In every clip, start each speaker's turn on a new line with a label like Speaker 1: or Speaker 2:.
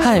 Speaker 1: 嗨，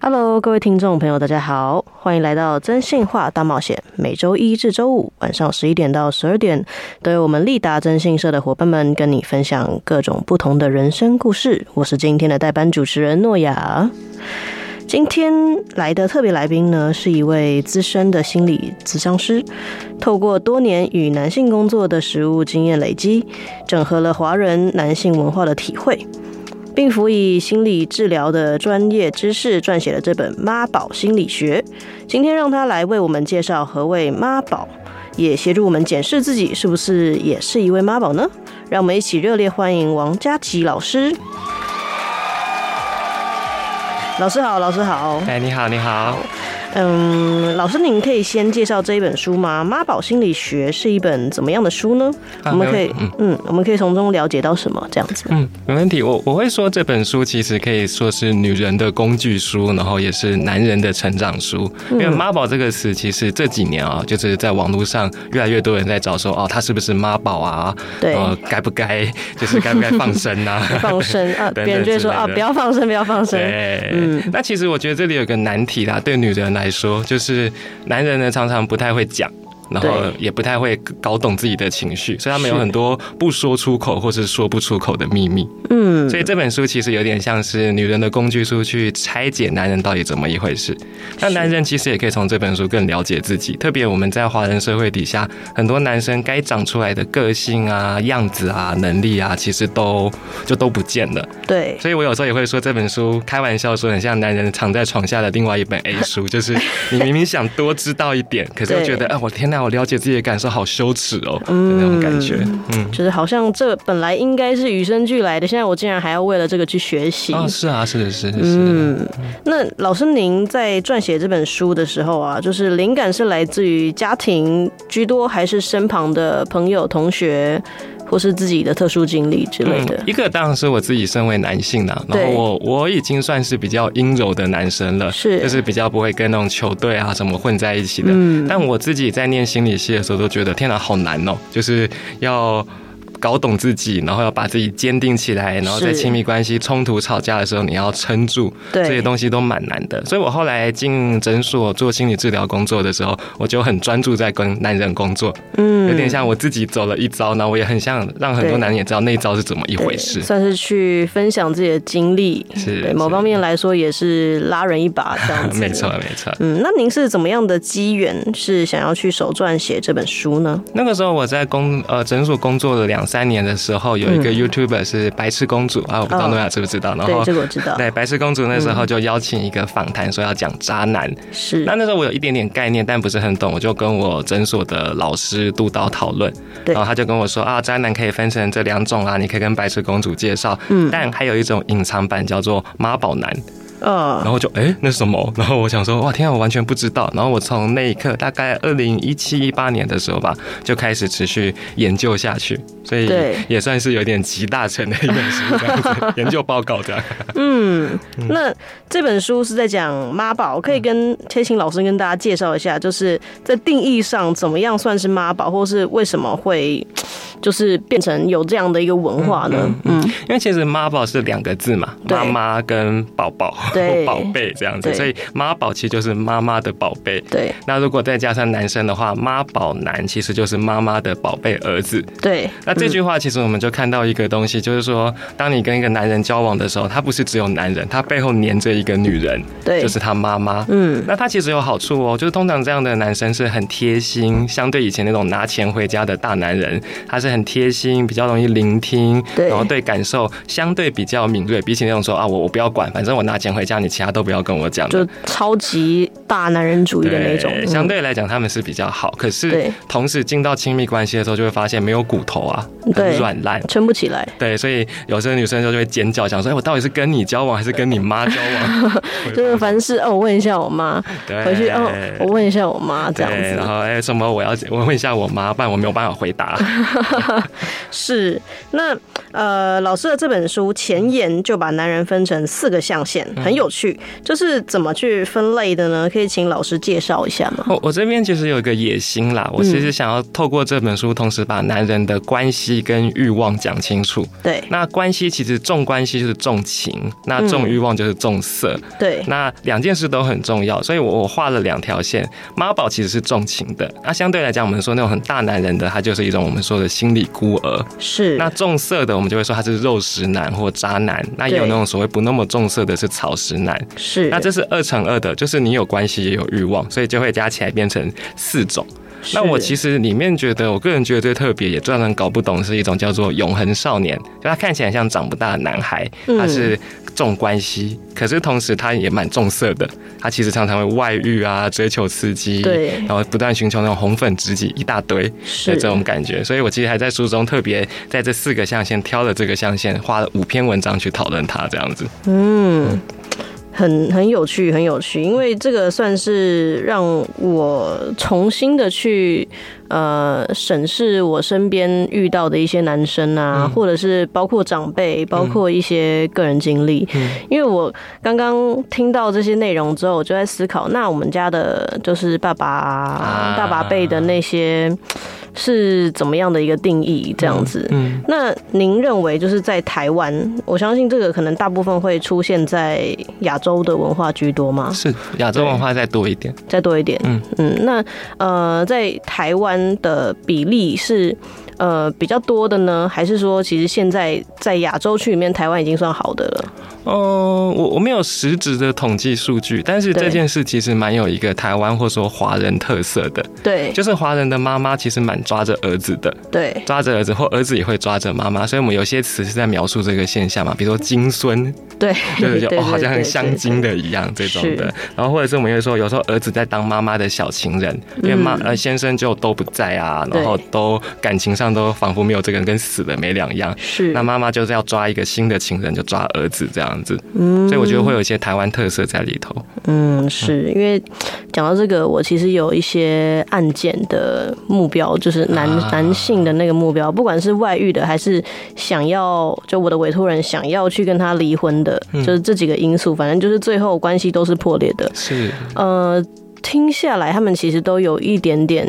Speaker 2: Hello，各位听众朋友，大家好，欢迎来到真性化大冒险。每周一至周五晚上十一点到十二点，都有我们立达征信社的伙伴们跟你分享各种不同的人生故事。我是今天的代班主持人诺亚。今天来的特别来宾呢，是一位资深的心理咨商师，透过多年与男性工作的实务经验累积，整合了华人男性文化的体会，并辅以心理治疗的专业知识撰写了这本《妈宝心理学》。今天让他来为我们介绍何谓妈宝，也协助我们检视自己是不是也是一位妈宝呢？让我们一起热烈欢迎王佳琪老师。老师好，老师好。
Speaker 3: 哎，你好，你好。
Speaker 2: 嗯，老师，您可以先介绍这一本书吗？《妈宝心理学》是一本怎么样的书呢？
Speaker 3: 啊
Speaker 2: 我们可
Speaker 3: 没
Speaker 2: 以
Speaker 3: 问题，
Speaker 2: 嗯我们可以从中了解到什 么？这样子。
Speaker 3: 嗯，没问题。我我会说这本书其实可以说是女人的工具书，然后也是男人的成长书。
Speaker 2: 嗯
Speaker 3: 因为妈宝这个词，其实这几年啊，就是在网络上越来越多人在找说，哦，他是不是妈宝啊？
Speaker 2: 对，
Speaker 3: 呃，该不该就是该不该放生啊？
Speaker 2: 放生啊，
Speaker 3: 等等
Speaker 2: 别人就会
Speaker 3: 之
Speaker 2: 说
Speaker 3: 类
Speaker 2: 啊，
Speaker 3: 的
Speaker 2: 不要放生，不要放生。
Speaker 3: 对，
Speaker 2: 嗯
Speaker 3: 那其实我觉得这里有个难题啦，对女人来说，就是男人呢常常不太会讲。然后
Speaker 2: 对
Speaker 3: 也不太会搞懂自己的情绪，所以他们有
Speaker 2: 是
Speaker 3: 很多不说出口或是说不出口的秘密。
Speaker 2: 嗯，
Speaker 3: 所以这本书其实有点像是女人的工具书，去拆解男人到底怎么一回事。那男人其实也可以从这本书更了解自己，特别我们在华人社会底下，很多男生该长出来的个性啊、样子啊、能力啊，其实都就都不见了。
Speaker 2: 对，
Speaker 3: 所以我有时候也会说这本书开玩笑说很像男人藏在床下的另外一本 A 书，就是你明明想多知道一点，可是又觉得哎、我天哪，我了解自己的感受好羞耻哦的那种感觉。嗯，
Speaker 2: 就是好像这本来应该是与生俱来的，现在我竟然还要为了这个去学习。
Speaker 3: 哦，是啊，是是是是。
Speaker 2: 嗯，那老师您在撰写这本书的时候啊，就是灵感是来自于家庭居多，还是身旁的朋友、同学，或是自己的特殊经历之类的？
Speaker 3: 嗯一个当然是我自己身为男性啦，然后
Speaker 2: 对
Speaker 3: 我我已经算是比较阴柔的男生了，
Speaker 2: 是
Speaker 3: 就是比较不会跟那种球队啊什么混在一起的。
Speaker 2: 嗯
Speaker 3: 但我自己在念心理系的时候都觉得，天哪，好难哦，就是要。搞懂自己，然后要把自己坚定起来，然后在
Speaker 2: 是
Speaker 3: 亲密关系冲突、吵架的时候，你要撑住，
Speaker 2: 对，
Speaker 3: 这些东西都蛮难的。所以我后来进诊所做心理治疗工作的时候，我就很专注在跟男人工作，
Speaker 2: 嗯
Speaker 3: 有点像我自己走了一招，然后我也很想让很多
Speaker 2: 对
Speaker 3: 男人也知道那一招是怎么一
Speaker 2: 对
Speaker 3: 回事。
Speaker 2: 算是去分享自己的经历，
Speaker 3: 是
Speaker 2: 对某
Speaker 3: 是
Speaker 2: 方面来说也是拉人一把这样子。
Speaker 3: 没错，。没错。
Speaker 2: 嗯，那您是怎么样的机缘是想要去手撰写这本书呢？
Speaker 3: 那个时候我在工呃诊所工作了两三年的时候，有一个 YouTuber 是白痴公主啊，我不知道
Speaker 2: 嗯哦
Speaker 3: 诺亚知不知道。然
Speaker 2: 对，
Speaker 3: 后
Speaker 2: 这个我知道，嗯
Speaker 3: 对白痴公主那时候就邀请一个访谈，说要讲渣男。
Speaker 2: 是
Speaker 3: 那那时候我有一点点概念，但不是很懂，我就跟我诊所的老师督导讨论，
Speaker 2: 对
Speaker 3: 然后他就跟我说啊，渣男可以分成这两种啊，你可以跟白痴公主介绍，嗯，但还有一种隐藏版叫做妈宝男。
Speaker 2: 嗯，
Speaker 3: 然后就哎、诶那是什么？然后我想说，哇，天啊，我完全不知道。然后我从那一刻，大概二零一七一八年的时候吧，就开始持续研究下去，所以
Speaker 2: 对
Speaker 3: 也算是有点集大成的一本书，这 样子研究报告这样。
Speaker 2: 那这本书是在讲妈宝，可以跟贴请老师跟大家介绍一下，就是在定义上怎么样算是妈宝，或是为什么会就是变成有这样的一个文化呢？嗯，
Speaker 3: 因为其实妈宝是两个字嘛，
Speaker 2: 对
Speaker 3: 妈妈跟宝宝、
Speaker 2: 对
Speaker 3: 宝贝这样子，
Speaker 2: 对
Speaker 3: 所以妈宝其实就是妈妈的宝贝。
Speaker 2: 对
Speaker 3: 那如果再加上男生的话，妈宝男其实就是妈妈的宝贝儿子。
Speaker 2: 对，
Speaker 3: 那这句话其实我们就看到一个东西，就是说，当你跟一个男人交往的时候，他不是只有男人，他背后黏着一个女人，
Speaker 2: 对
Speaker 3: 就是他妈妈。
Speaker 2: 嗯，
Speaker 3: 那他其实有好处哦，就是通常这样的男生是很贴
Speaker 2: 嗯
Speaker 3: 心，相对以前那种拿钱回家的大男人，他是很贴心，比较容易聆听，
Speaker 2: 对
Speaker 3: 然后对感受相对比较敏锐，比起那种说啊我我不要管，反正我拿钱回家，你其他都不要跟我讲的
Speaker 2: 就超级大男人主义的那种，嗯
Speaker 3: 对相对来讲他们是比较好。可是
Speaker 2: 对
Speaker 3: 同时进到亲密关系的时候，就会发现没有骨头啊，很
Speaker 2: 对
Speaker 3: 软烂。
Speaker 2: 撑不起来。
Speaker 3: 对，所以有时候女生就会尖叫，想说：“哎，我到底是跟你交往还是跟你妈交 往？”
Speaker 2: 就是凡事哦，我问一下我妈，
Speaker 3: 对
Speaker 2: 回去哦，我问一下我妈这样
Speaker 3: 哎对，然
Speaker 2: 子。
Speaker 3: 后哎，什么我要我问一下我妈，不然我没有办法回 答。
Speaker 2: 是，那呃，老师的这本书前言就把男人分成四个象限，
Speaker 3: 嗯
Speaker 2: 很有趣。就是怎么去分类的呢？可以请老师介绍一下吗？
Speaker 3: 我我这边其实有一个野心啦，我其
Speaker 2: 嗯
Speaker 3: 实想要透过这本书，同时把男人的关系跟欲望讲清楚。
Speaker 2: 对
Speaker 3: 那关系其实重关系就是重情，那重欲望就是重色，
Speaker 2: 对，
Speaker 3: 那两件事都很重要，所以我我画了两条线。妈宝其实是重情的，那相对来讲，我们说那种很大男人的，他就是一种我们说的心理孤儿。
Speaker 2: 是
Speaker 3: 那重色的，我们就会说他是肉食男或渣男。那也有
Speaker 2: 对
Speaker 3: 那种所谓不那么重色的，是草食男。
Speaker 2: 是，
Speaker 3: 那这是二乘二的，就是你有关系也有欲望，所以就会加起来变成四种。那我其
Speaker 2: 实
Speaker 3: 实里面觉得，我个人觉得最特别，也最让人搞不懂，是一种叫做永恒少年，就他看起来像长不大的男孩，
Speaker 2: 嗯
Speaker 3: 他是重关系，可是同时他也蛮重色的，他其实常常会外遇啊，追求刺激，
Speaker 2: 对
Speaker 3: 然后不断寻求那种红粉知己一大堆的
Speaker 2: 是
Speaker 3: 这种感觉，所以我其实还在书中特别在这四个象限挑了这个象限，花了五篇文章去讨论它，这样子。
Speaker 2: 嗯，很很有趣，很有趣，因为这个算是让我重新的去呃审视我身边遇到的一些男生啊，或者是包括长辈，包括一些个人经历。因为我刚刚听到这些内容之后，我就在思考，那我们家的就是爸爸、
Speaker 3: 啊
Speaker 2: 爸爸辈的那些。是怎么样的一个定义？这样子，
Speaker 3: 嗯，
Speaker 2: 那您认为就是在台湾，我相信这个可能大部分会出现在亚洲的文化居多吗？
Speaker 3: 是亚洲文化再多一点。
Speaker 2: 再多一点，
Speaker 3: 嗯
Speaker 2: 那呃，在台湾的比例是呃比较多的呢，还是说其实现在在亚洲区里面，台湾已经算好的了？
Speaker 3: 哦，我我没有实质的统计数据，但是这
Speaker 2: 对
Speaker 3: 件事其实蛮有一个台湾或说华人特色的，
Speaker 2: 对，
Speaker 3: 就是华人的妈妈其实蛮抓着儿子的，
Speaker 2: 对，
Speaker 3: 抓着儿子或儿子也会抓着妈妈，所以我们有些词是在描述这个现象嘛，比如说金孙，
Speaker 2: 对，
Speaker 3: 就是就
Speaker 2: 对
Speaker 3: 哦好
Speaker 2: 嗯对
Speaker 3: 像很
Speaker 2: 对
Speaker 3: 像金的一样这
Speaker 2: 对
Speaker 3: 种的，然后或者是我们会说有时候儿子在当妈妈的小情人，因为妈呃先生就都不在啊，然
Speaker 2: 嗯
Speaker 3: 后
Speaker 2: 对
Speaker 3: 都感情上都仿佛没有这个人跟死了没两样，
Speaker 2: 是，
Speaker 3: 那妈妈就是要抓一个新的情人，就抓儿子这样子。嗯，所以我觉得会有一些台湾特色在里头。
Speaker 2: 嗯，是因为讲到这个，我其实有一些案件的目标，就是男、
Speaker 3: 啊
Speaker 2: 男性的那个目标，不管是外遇的，还是想要就我的委托人想要去跟他离婚的，
Speaker 3: 嗯
Speaker 2: 就是这几个因素，反正就是最后关系都是破裂的。
Speaker 3: 是，
Speaker 2: 呃，听下来，他们其实都有一点点，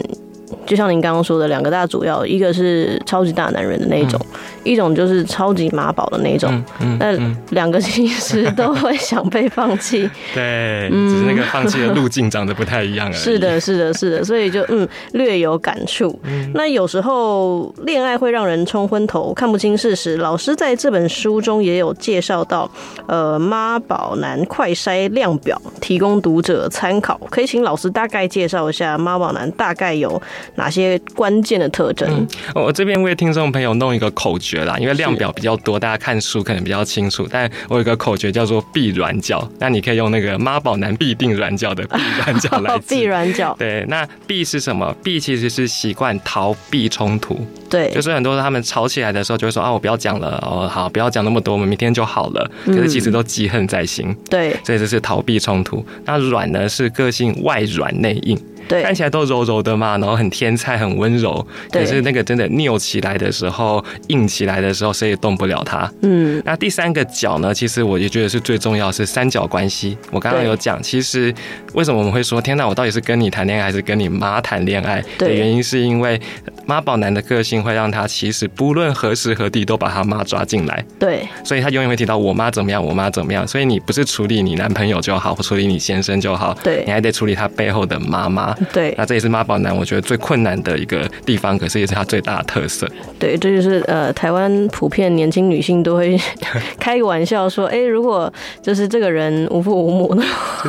Speaker 2: 就像您刚刚说的，两个大主要，一个是超级大男人的那一种，一种就是超级妈宝的那一种。
Speaker 3: 嗯
Speaker 2: 那两个其实都会想被放弃，
Speaker 3: 对，只是那个放弃的路径长得不太一样而已。
Speaker 2: 是 的，是的，是的，所以就嗯，略有感触。
Speaker 3: 嗯
Speaker 2: 那有时候恋爱会让人冲昏头，看不清事实。老师在这本书中也有介绍到，呃，妈宝男快筛量表提供读者参考，可以请老师大概介绍一下妈宝男大概有哪些关键的特征？
Speaker 3: 我我这边为听众朋友弄一个口诀啦，因为量表比较多，大家看书可能比较清楚。但我有一个口诀叫做“必软脚”，那你可以用那个妈宝男必定软脚的“必软脚”来
Speaker 2: 哦，
Speaker 3: 记
Speaker 2: 必。软脚，
Speaker 3: 对，那避是什么？避其实是习惯逃避冲突，
Speaker 2: 对，
Speaker 3: 就是很多人他们吵起来的时候就会说啊，我不要讲了，哦，好，不要讲那么多，我们明天就好了。可是
Speaker 2: 嗯
Speaker 3: 其实都记恨在心，
Speaker 2: 对，
Speaker 3: 所以这是逃避冲突。那软呢是个性外软内硬，看
Speaker 2: 对，
Speaker 3: 起来都柔柔的嘛，然后很天菜，很温柔，
Speaker 2: 对
Speaker 3: 哎可是那个真的拗起来的时候，硬起来的时候，谁也动不了他。
Speaker 2: 嗯，
Speaker 3: 那第三个角呢，其实我也觉得是最重要，是三角关系。我刚刚
Speaker 2: 对
Speaker 3: 有讲，其实为什么我们会说天哪，我到底是跟你谈恋爱还是跟你妈谈恋爱的
Speaker 2: 对
Speaker 3: 原因，是因为妈宝男的个性会让他其实不论何时何地都把他妈抓进来，
Speaker 2: 对，
Speaker 3: 所以他永远会提到我妈怎么样，我妈怎么样。所以你不是处理你男朋友就好，或处理你先生就好，
Speaker 2: 对
Speaker 3: 你还得处理他背后的妈妈。他。
Speaker 2: 对
Speaker 3: 那这也是妈宝男我觉得最困难的一个地方，可是也是他最大的特 色。
Speaker 2: 对，这就是呃，台湾普遍年轻女性都会 开个玩笑说，哎，如果就是这个人无父无母的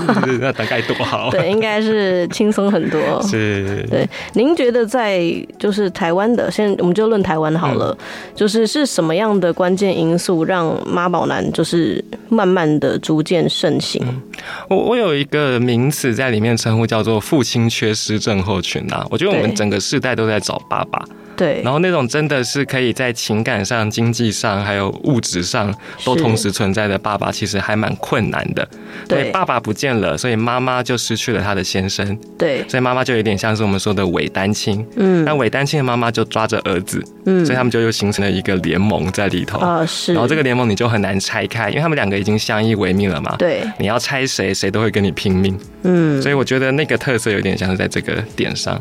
Speaker 2: 话，
Speaker 3: 就是那大概多好？
Speaker 2: 对，应该是轻松很多。
Speaker 3: 哦 是
Speaker 2: 对，您觉得在就是台湾的，现在我们就论台湾好了，
Speaker 3: 嗯
Speaker 2: 就是是什么样的关键因素让妈宝男就是慢慢的逐渐盛行？
Speaker 3: 嗯我我有一个名词在里面称呼叫做“父亲缺失症候群”啊，我觉得我们
Speaker 2: 对
Speaker 3: 整个世代都在找爸爸，
Speaker 2: 对
Speaker 3: 然，后那种真的是可以在情感上、经济上还有物质上都
Speaker 2: 是
Speaker 3: 同时存在的爸爸，其实还蛮困难的。所以
Speaker 2: 对
Speaker 3: 爸爸不见了，所以妈妈就失去了她的先生，
Speaker 2: 对，
Speaker 3: 所以妈妈就有点像是我们说的伪单亲。
Speaker 2: 嗯
Speaker 3: 那伪单亲的妈妈就抓着儿子，
Speaker 2: 嗯
Speaker 3: 所以他们就又形成了一个联盟在里头。
Speaker 2: 啊、是，
Speaker 3: 然后这个联盟你就很难拆开，因为他们两个已经相依为命了嘛。
Speaker 2: 对，
Speaker 3: 你要拆谁，谁都会跟你拼命。
Speaker 2: 嗯
Speaker 3: 所以我觉得那个特色有点像是在这个点上。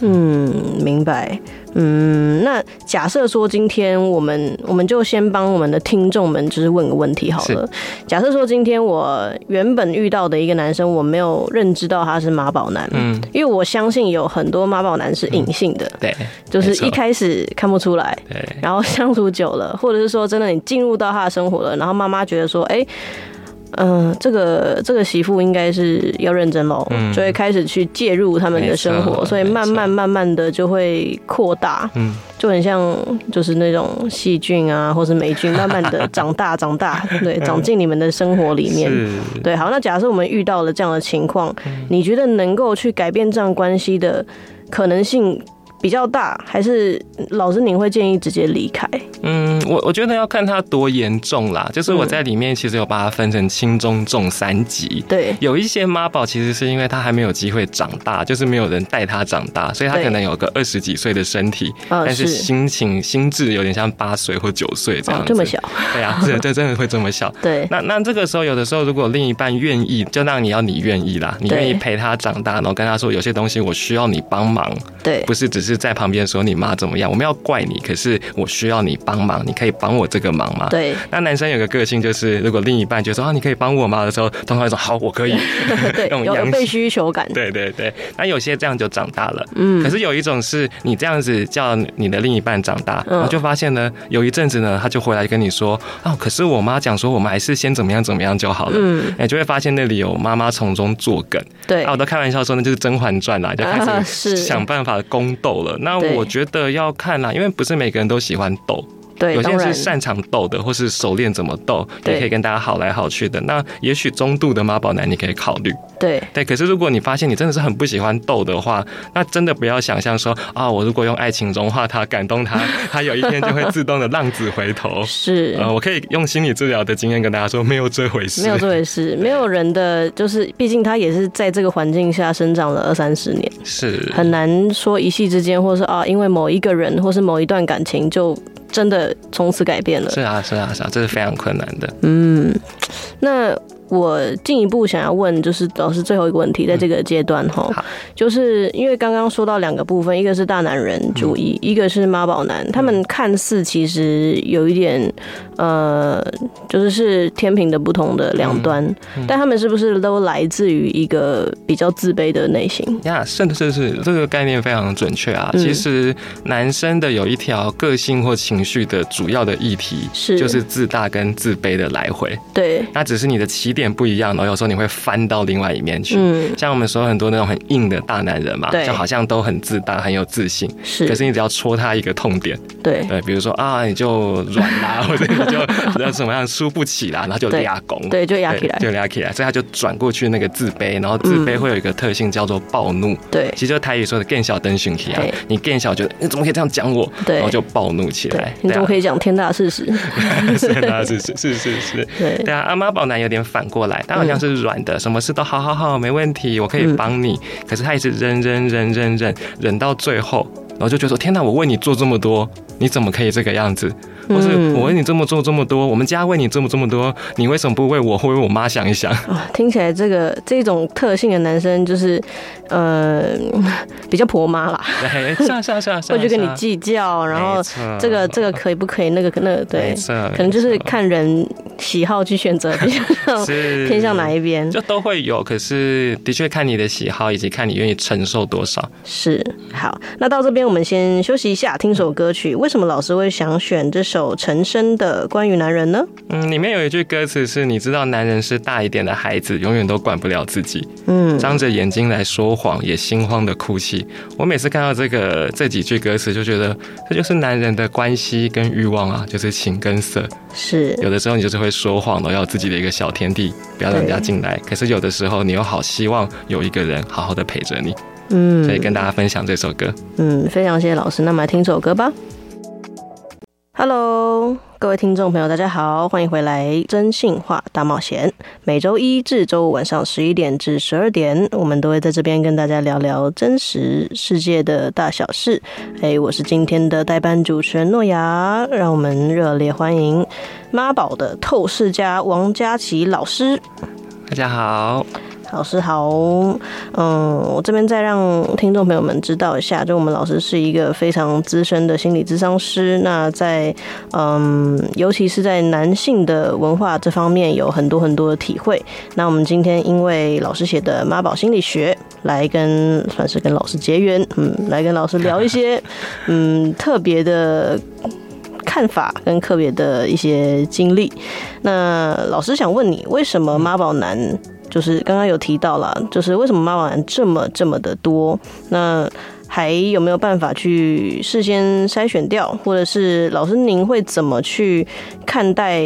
Speaker 2: 嗯，明白。嗯，那假设说今天我们我们就先帮我们的听众们就是问个问题好了。假设说今天我原本遇到的一个男生，我没有认知到他是妈宝男，
Speaker 3: 嗯，
Speaker 2: 因为我相信有很多妈宝男是隐性的，
Speaker 3: 对，
Speaker 2: 就是
Speaker 3: 没错
Speaker 2: 一开始看不出来，
Speaker 3: 对，
Speaker 2: 然后相处久了，或者是说真的你进入到他的生活了，然后妈妈觉得说，哎、嗯、这个这个媳妇应该是要认真喽，
Speaker 3: 嗯
Speaker 2: 就会开始去介入他们的生
Speaker 3: 没
Speaker 2: 活，
Speaker 3: 错
Speaker 2: 所以慢慢慢慢的就会扩大，
Speaker 3: 嗯，
Speaker 2: 就很像就是那种细菌啊，或是霉菌，慢慢的长大长大，
Speaker 3: 嗯
Speaker 2: 对，长进你们的生活里面。
Speaker 3: 是。
Speaker 2: 对，好，那假设我们遇到了这样的情况，
Speaker 3: 嗯
Speaker 2: 你觉得能够去改变这样关系的可能性比较大，还是老师您会建议直接离开？
Speaker 3: 嗯，我我觉得要看它多严重啦。就是我在里面其实有把它分成轻、中、重三级。
Speaker 2: 对，
Speaker 3: 有一些妈宝其实是因为他还没有机会长大，就是没有人带他长大，所以他
Speaker 2: 对
Speaker 3: 可能有个二十几岁的身体，
Speaker 2: 呃，
Speaker 3: 但是
Speaker 2: 是
Speaker 3: 心情心智有点像八岁或九岁这样
Speaker 2: 哦
Speaker 3: 子。，
Speaker 2: 这么？小，
Speaker 3: 对啊，这这真的会这 么小。
Speaker 2: 对，
Speaker 3: 那那这个时候，有的时候如果另一半愿意，就让你要你愿意啦，你愿意
Speaker 2: 对
Speaker 3: 陪他长大，然后跟他说有些东西我需要你帮忙，
Speaker 2: 对，
Speaker 3: 不是只是在旁边说你妈怎么样，我们要怪你，可是我需要你帮忙，你可以帮我这个忙吗？。
Speaker 2: 对，
Speaker 3: 那男生有个个性就是，如果另一半就说啊你可以帮我吗的时候，通常会说好我可以，
Speaker 2: 对，
Speaker 3: 那种
Speaker 2: 有有
Speaker 3: 阳
Speaker 2: 被需求感，
Speaker 3: 对对对，那有些这样就长大了，嗯，可是有一种是你这样子叫你的另一半长大，
Speaker 2: 嗯
Speaker 3: 然后就发现呢，有一阵子呢，他就回来跟你说，啊，可是我妈讲说，我们还是先怎么样怎么样就好了，
Speaker 2: 嗯，
Speaker 3: 哎、就会发现那里有妈妈从中作梗，
Speaker 2: 对
Speaker 3: 啊，，我都开玩笑说那就是《甄嬛传》啦，就
Speaker 2: 啊
Speaker 3: 开
Speaker 2: 是
Speaker 3: 始想办法宫斗了。那
Speaker 2: 对
Speaker 3: 我觉得要看啦，因为不是每个人都喜欢斗，
Speaker 2: 对，
Speaker 3: 有些
Speaker 2: 当
Speaker 3: 人是
Speaker 2: 然，
Speaker 3: 擅长斗的，或是熟练怎么斗，
Speaker 2: 对
Speaker 3: 也可以跟大家好来好去的。那也许中度的妈宝男你可以考虑，
Speaker 2: 对，。
Speaker 3: 对。可是如果你发现你真的是很不喜欢斗的话，那真的不要想象说啊，我如果用爱情融化他、感动他，他有一天就会自动的浪子回头
Speaker 2: 是。
Speaker 3: 呃，我可以用心理治疗的经验跟大家说，没有这回事，
Speaker 2: 没有这回事，没有人的，就是毕竟他也是在这个环境下生长了二三十年，
Speaker 3: 是
Speaker 2: 很难说一夕之间，或是啊，因为某一个人或是某一段感情就真的从此改变了。
Speaker 3: 是啊，是啊，是啊，这是非常困难的。
Speaker 2: 嗯，那我进一步想要问，就是老师最后一个问题，在这个阶段哈、
Speaker 3: 嗯好
Speaker 2: 就是因为刚刚说到两个部分，一个是大男人主义，
Speaker 3: 嗯
Speaker 2: 一个是妈宝男，他们看似其实有一点呃，就是是天平的不同的两端，
Speaker 3: 嗯
Speaker 2: 但他们是不是都来自于一个比较自卑的内心？
Speaker 3: 呀，甚至是这个概念非常准确啊。
Speaker 2: 嗯
Speaker 3: 其实男生的有一条个性或情绪的主要的议题，
Speaker 2: 是
Speaker 3: 就是自大跟自卑的来回。
Speaker 2: 对，
Speaker 3: 那只是你的起点不一样，然哦后有时候你会翻到另外一面去。
Speaker 2: 嗯，
Speaker 3: 像我们说很多那种很硬的大男人嘛，
Speaker 2: 对
Speaker 3: 就好像都很自大、很有自信，
Speaker 2: 是，
Speaker 3: 可是你只要戳他一个痛点，
Speaker 2: 对，
Speaker 3: 对，比如说啊，你就软 啦，或者你就要怎么样输不起啦，然后就
Speaker 2: 对
Speaker 3: 俩拱，
Speaker 2: 对，就压起
Speaker 3: 嗯对
Speaker 2: 来，嗯
Speaker 3: 就俩起来，所以他就转过去那个自卑，然后自卑会有一个特性叫做暴怒，
Speaker 2: 对，
Speaker 3: 其实就台语说的更小灯讯息啊
Speaker 2: 对，
Speaker 3: 你更小觉得你怎么可以这样讲我，
Speaker 2: 对
Speaker 3: 然后就暴怒起
Speaker 2: 对
Speaker 3: 来，。啊
Speaker 2: 你怎么可
Speaker 3: 以？
Speaker 2: 以讲天大事 实？
Speaker 3: 是啊，是是是是是。
Speaker 2: 对，
Speaker 3: 对啊，阿妈宝男有点反过来，他好像是软的，什么事都好好好，没问题，我可以帮你。
Speaker 2: 嗯
Speaker 3: 可是他一直忍忍忍忍忍，忍到最后，然后就觉得说：天哪，我为你做这么多，你怎么可以这个样子？或是
Speaker 2: 嗯
Speaker 3: 我为你这么做这么多，我们家为你这么这么多，你为什么不为我或为我妈想一想？
Speaker 2: 啊听起来这个这种特性的男生就是，呃，比较婆妈啦，
Speaker 3: 对，是啊是啊是啊，是啊
Speaker 2: 会去跟你
Speaker 3: 是啊
Speaker 2: 计较，然后
Speaker 3: 没错啊
Speaker 2: 这个这个可以不可以，那个那个对
Speaker 3: 没，错
Speaker 2: 可能就是看人喜好去选择，比 较
Speaker 3: 是
Speaker 2: 偏向哪一边
Speaker 3: 就都会有，可是的确看你的喜好以及看你愿意承受多少。
Speaker 2: 是好。那到这边我们先休息一下，听首歌曲。为什么老师会想选这首陈升的《关于男人》呢？
Speaker 3: 嗯，里面有一句歌词是：“你知道，男人是大一点的孩子，永远都管不了自己，
Speaker 2: 嗯，
Speaker 3: 张着眼睛来说谎，也心慌的哭泣。”我每次看到这个这几句歌词，就觉得这就是男人的关系跟欲望啊，就是情跟色。
Speaker 2: 是
Speaker 3: 有的时候你就是会说谎的，要有自己的一个小天地，不要让人家进来。可是有的时候，你又好希望有一个人好好的陪着你，所以
Speaker 2: 嗯
Speaker 3: 跟大家分享这首歌。
Speaker 2: 嗯，非常谢谢老师。那么来听首歌吧。Hello，各位听众朋友，大家好，欢迎回来《真性化大冒险》。每周一至周五晚上十一点至十二点，我们都会在这边跟大家聊聊真实世界的大小事。哎，我是今天的代班主持人诺亚，让我们热烈欢迎妈宝的透视家王佳琪老师。
Speaker 3: 大家好，
Speaker 2: 老师好，嗯，我这边再让听众朋友们知道一下，就我们老师是一个非常资深的心理咨商师，那在嗯，尤其是在男性的文化这方面有很多很多的体会。那我们今天因为老师写的《妈宝心理学》来跟算是跟老师结缘，嗯，来跟老师聊一些 嗯特别的。看法跟特别的一些经历，那老师想问你，为什么妈宝男就是刚刚有提到了，就是为什么妈宝男这么这么的多？那还有没有办法去事先筛选掉，或者是老师您会怎么去看待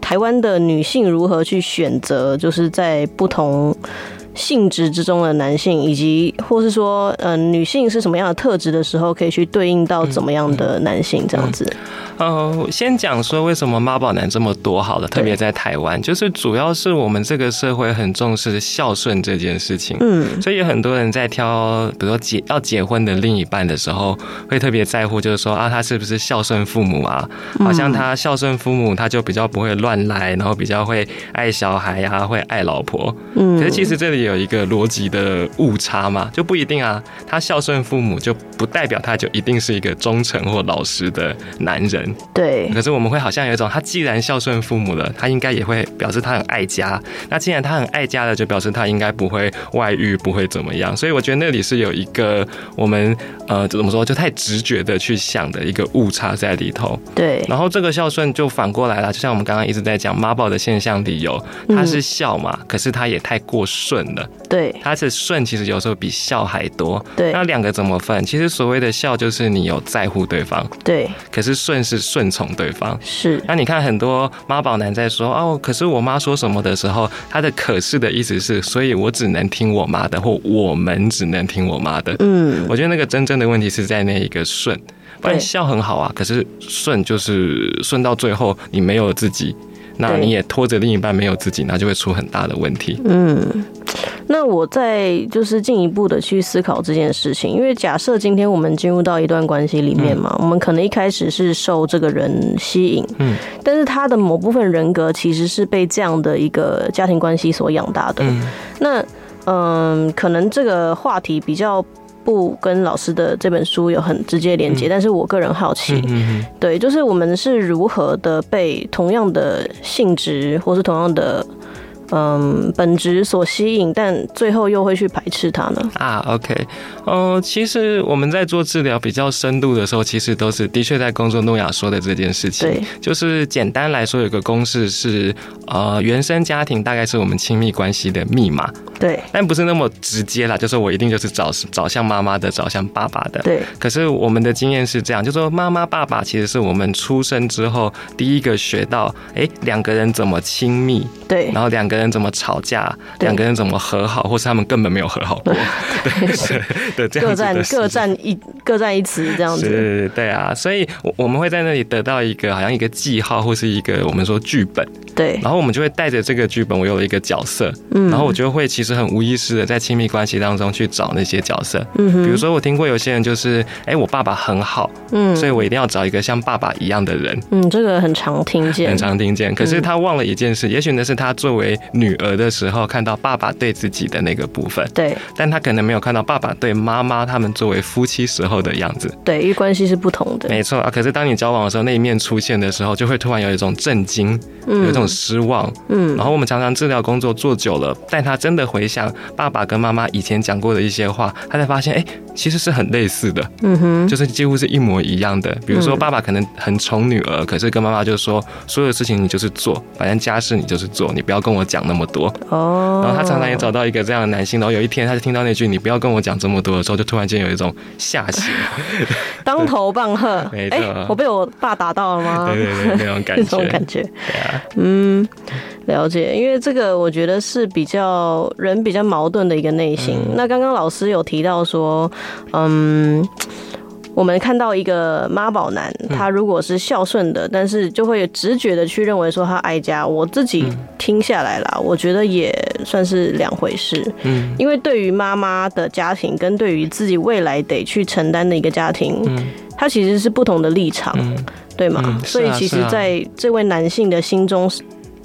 Speaker 2: 台湾的女性如何去选择，就是在不同性质之中的男性，以及或是说，嗯、女性是什么样的特质的时候，可以去对应到怎么样的男性这样子？
Speaker 3: 呃，先讲说为什么妈宝男这么多好了，特别在台湾，就是主要是我们这个社会很重视孝顺这件事情。
Speaker 2: 嗯，
Speaker 3: 所以有很多人在挑，比如说结要结婚的另一半的时候，会特别在乎，就是说啊，他是不是孝顺父母啊？好像他孝顺父母，他就比较不会乱来，然后比较会爱小孩呀、会爱老婆。
Speaker 2: 嗯，
Speaker 3: 可是其实这里有一个逻辑的误差嘛，就不一定啊。他孝顺父母，就不代表他就一定是一个忠诚或老实的男人。
Speaker 2: 对，
Speaker 3: 可是我们会好像有一种，他既然孝顺父母了，他应该也会表示他很爱家。那既然他很爱家了，就表示他应该不会外遇，不会怎么样。所以我觉得那里是有一个我们呃怎么说，就太直觉的去想的一个误差在里头。
Speaker 2: 对，
Speaker 3: 然后这个孝顺就反过来了，就像我们刚刚一直在讲妈宝的现象里有，他是孝嘛，
Speaker 2: 嗯
Speaker 3: 可是他也太过顺了，
Speaker 2: 对，
Speaker 3: 他是顺其实有时候比孝还多。
Speaker 2: 对
Speaker 3: 那，两个怎么分？其实所谓的孝就是你有在乎对方，
Speaker 2: 对，
Speaker 3: 可是顺是顺从对方。
Speaker 2: 是，
Speaker 3: 那你看很多妈宝男在说哦，可是我妈说什么的时候，他的“可是”的意思是，所以我只能听我妈的，或我们只能听我妈的。
Speaker 2: 嗯，
Speaker 3: 我觉得那个真正的问题是在那一个顺，不然
Speaker 2: 对
Speaker 3: 笑很好啊，可是顺就是顺到最后，你没有自己。那你也拖着另一半没有自己，那就会出很大的问题。
Speaker 2: 嗯，那我再就是进一步的去思考这件事情，因为假设今天我们进入到一段关系里面嘛，我们可能一开始是受这个人吸引，
Speaker 3: 嗯，
Speaker 2: 但是他的某部分人格其实是被这样的一个家庭关系所养大的。
Speaker 3: 嗯
Speaker 2: 那嗯，可能这个话题比较。不跟老师的这本书有很直接连接，但是我个人好奇，
Speaker 3: 嗯
Speaker 2: 对，就是我们是如何的被同样的性质或是同样的嗯本质所吸引，但最后又会去排斥它呢？
Speaker 3: 啊，OK，呃，其实我们在做治疗比较深度的时候，其实都是的确在工作诺亚说的这件事情。
Speaker 2: 对，
Speaker 3: 就是简单来说，有个公式是，呃，原生家庭大概是我们亲密关系的密码，
Speaker 2: 对，
Speaker 3: 但不是那么直接啦。就是我一定就是找找向妈妈的，找向爸爸的。
Speaker 2: 对，
Speaker 3: 可是我们的经验是这样，就说妈妈、爸爸其实是我们出生之后第一个学到，诶，两个人怎么亲密，
Speaker 2: 对，
Speaker 3: 然后两个人人怎么吵架，
Speaker 2: 对
Speaker 3: 两个人怎么和好，或是他们根本没有和好 过，对对，这
Speaker 2: 各
Speaker 3: 样子的
Speaker 2: 占
Speaker 3: 事
Speaker 2: 各占一各占一词这样子。
Speaker 3: 是，对啊，所以我我们会在那里得到一个好像一个记号，或是一个我们说剧本，
Speaker 2: 对，
Speaker 3: 然后我们就会带着这个剧本，我有了一个角色，
Speaker 2: 嗯
Speaker 3: 然后我就会其实很无意识的在亲密关系当中去找那些角色，
Speaker 2: 嗯哼
Speaker 3: 比如说我听过有些人就是，哎，我爸爸很好，
Speaker 2: 嗯
Speaker 3: 所以我一定要找一个像爸爸一样的人，
Speaker 2: 嗯，这个很常听见嗯
Speaker 3: 很。常听见。可是他忘了一件事，也许那是他作为女儿的时候看到爸爸对自己的那个部分，
Speaker 2: 对
Speaker 3: 但他可能没有看到爸爸对妈妈他们作为夫妻时候的样子。
Speaker 2: 对，因为关系是不同的。
Speaker 3: 没错啊，可是当你交往的时候，那一面出现的时候，就会突然有一种震惊，有一种失望。
Speaker 2: 嗯
Speaker 3: 然后我们常常治疗工作做久了，但他真的回想爸爸跟妈妈以前讲过的一些话，他才发现，哎，其实是很类似的，
Speaker 2: 嗯哼，
Speaker 3: 就是几乎是一模一样的。比如说，
Speaker 2: 嗯
Speaker 3: 爸爸可能很宠女儿，可是跟妈妈就说，所有事情你就是做，反正家事你就是做，你不要跟我讲那么多。
Speaker 2: 哦。
Speaker 3: 然后他常常也找到一个这样的男性，然后有一天他就听到那句“你不要跟我讲这么多”的时候，就突然间有一种下血，
Speaker 2: 当头棒喝，
Speaker 3: 没错
Speaker 2: 哎、我被我爸打到了吗？
Speaker 3: 对对对，那种感
Speaker 2: 哦 那
Speaker 3: 觉
Speaker 2: 种，感觉，
Speaker 3: 对啊。
Speaker 2: 嗯，了解。因为这个我觉得是比较人比较矛盾的一个内心。
Speaker 3: 嗯
Speaker 2: 那刚刚老师有提到说，嗯。我们看到一个妈宝男，
Speaker 3: 嗯
Speaker 2: 他如果是孝顺的，但是就会直觉的去认为说他爱家。我自己
Speaker 3: 嗯
Speaker 2: 听下来啦，我觉得也算是两回事。
Speaker 3: 嗯
Speaker 2: 因为对于妈妈的家庭跟对于自己未来得去承担的一个家庭，
Speaker 3: 嗯
Speaker 2: 它其实是不同的立场，
Speaker 3: 嗯
Speaker 2: 对吗？
Speaker 3: 嗯
Speaker 2: 所以
Speaker 3: 是啊
Speaker 2: 其
Speaker 3: 是
Speaker 2: 实
Speaker 3: 啊
Speaker 2: 在这位男性的心中，是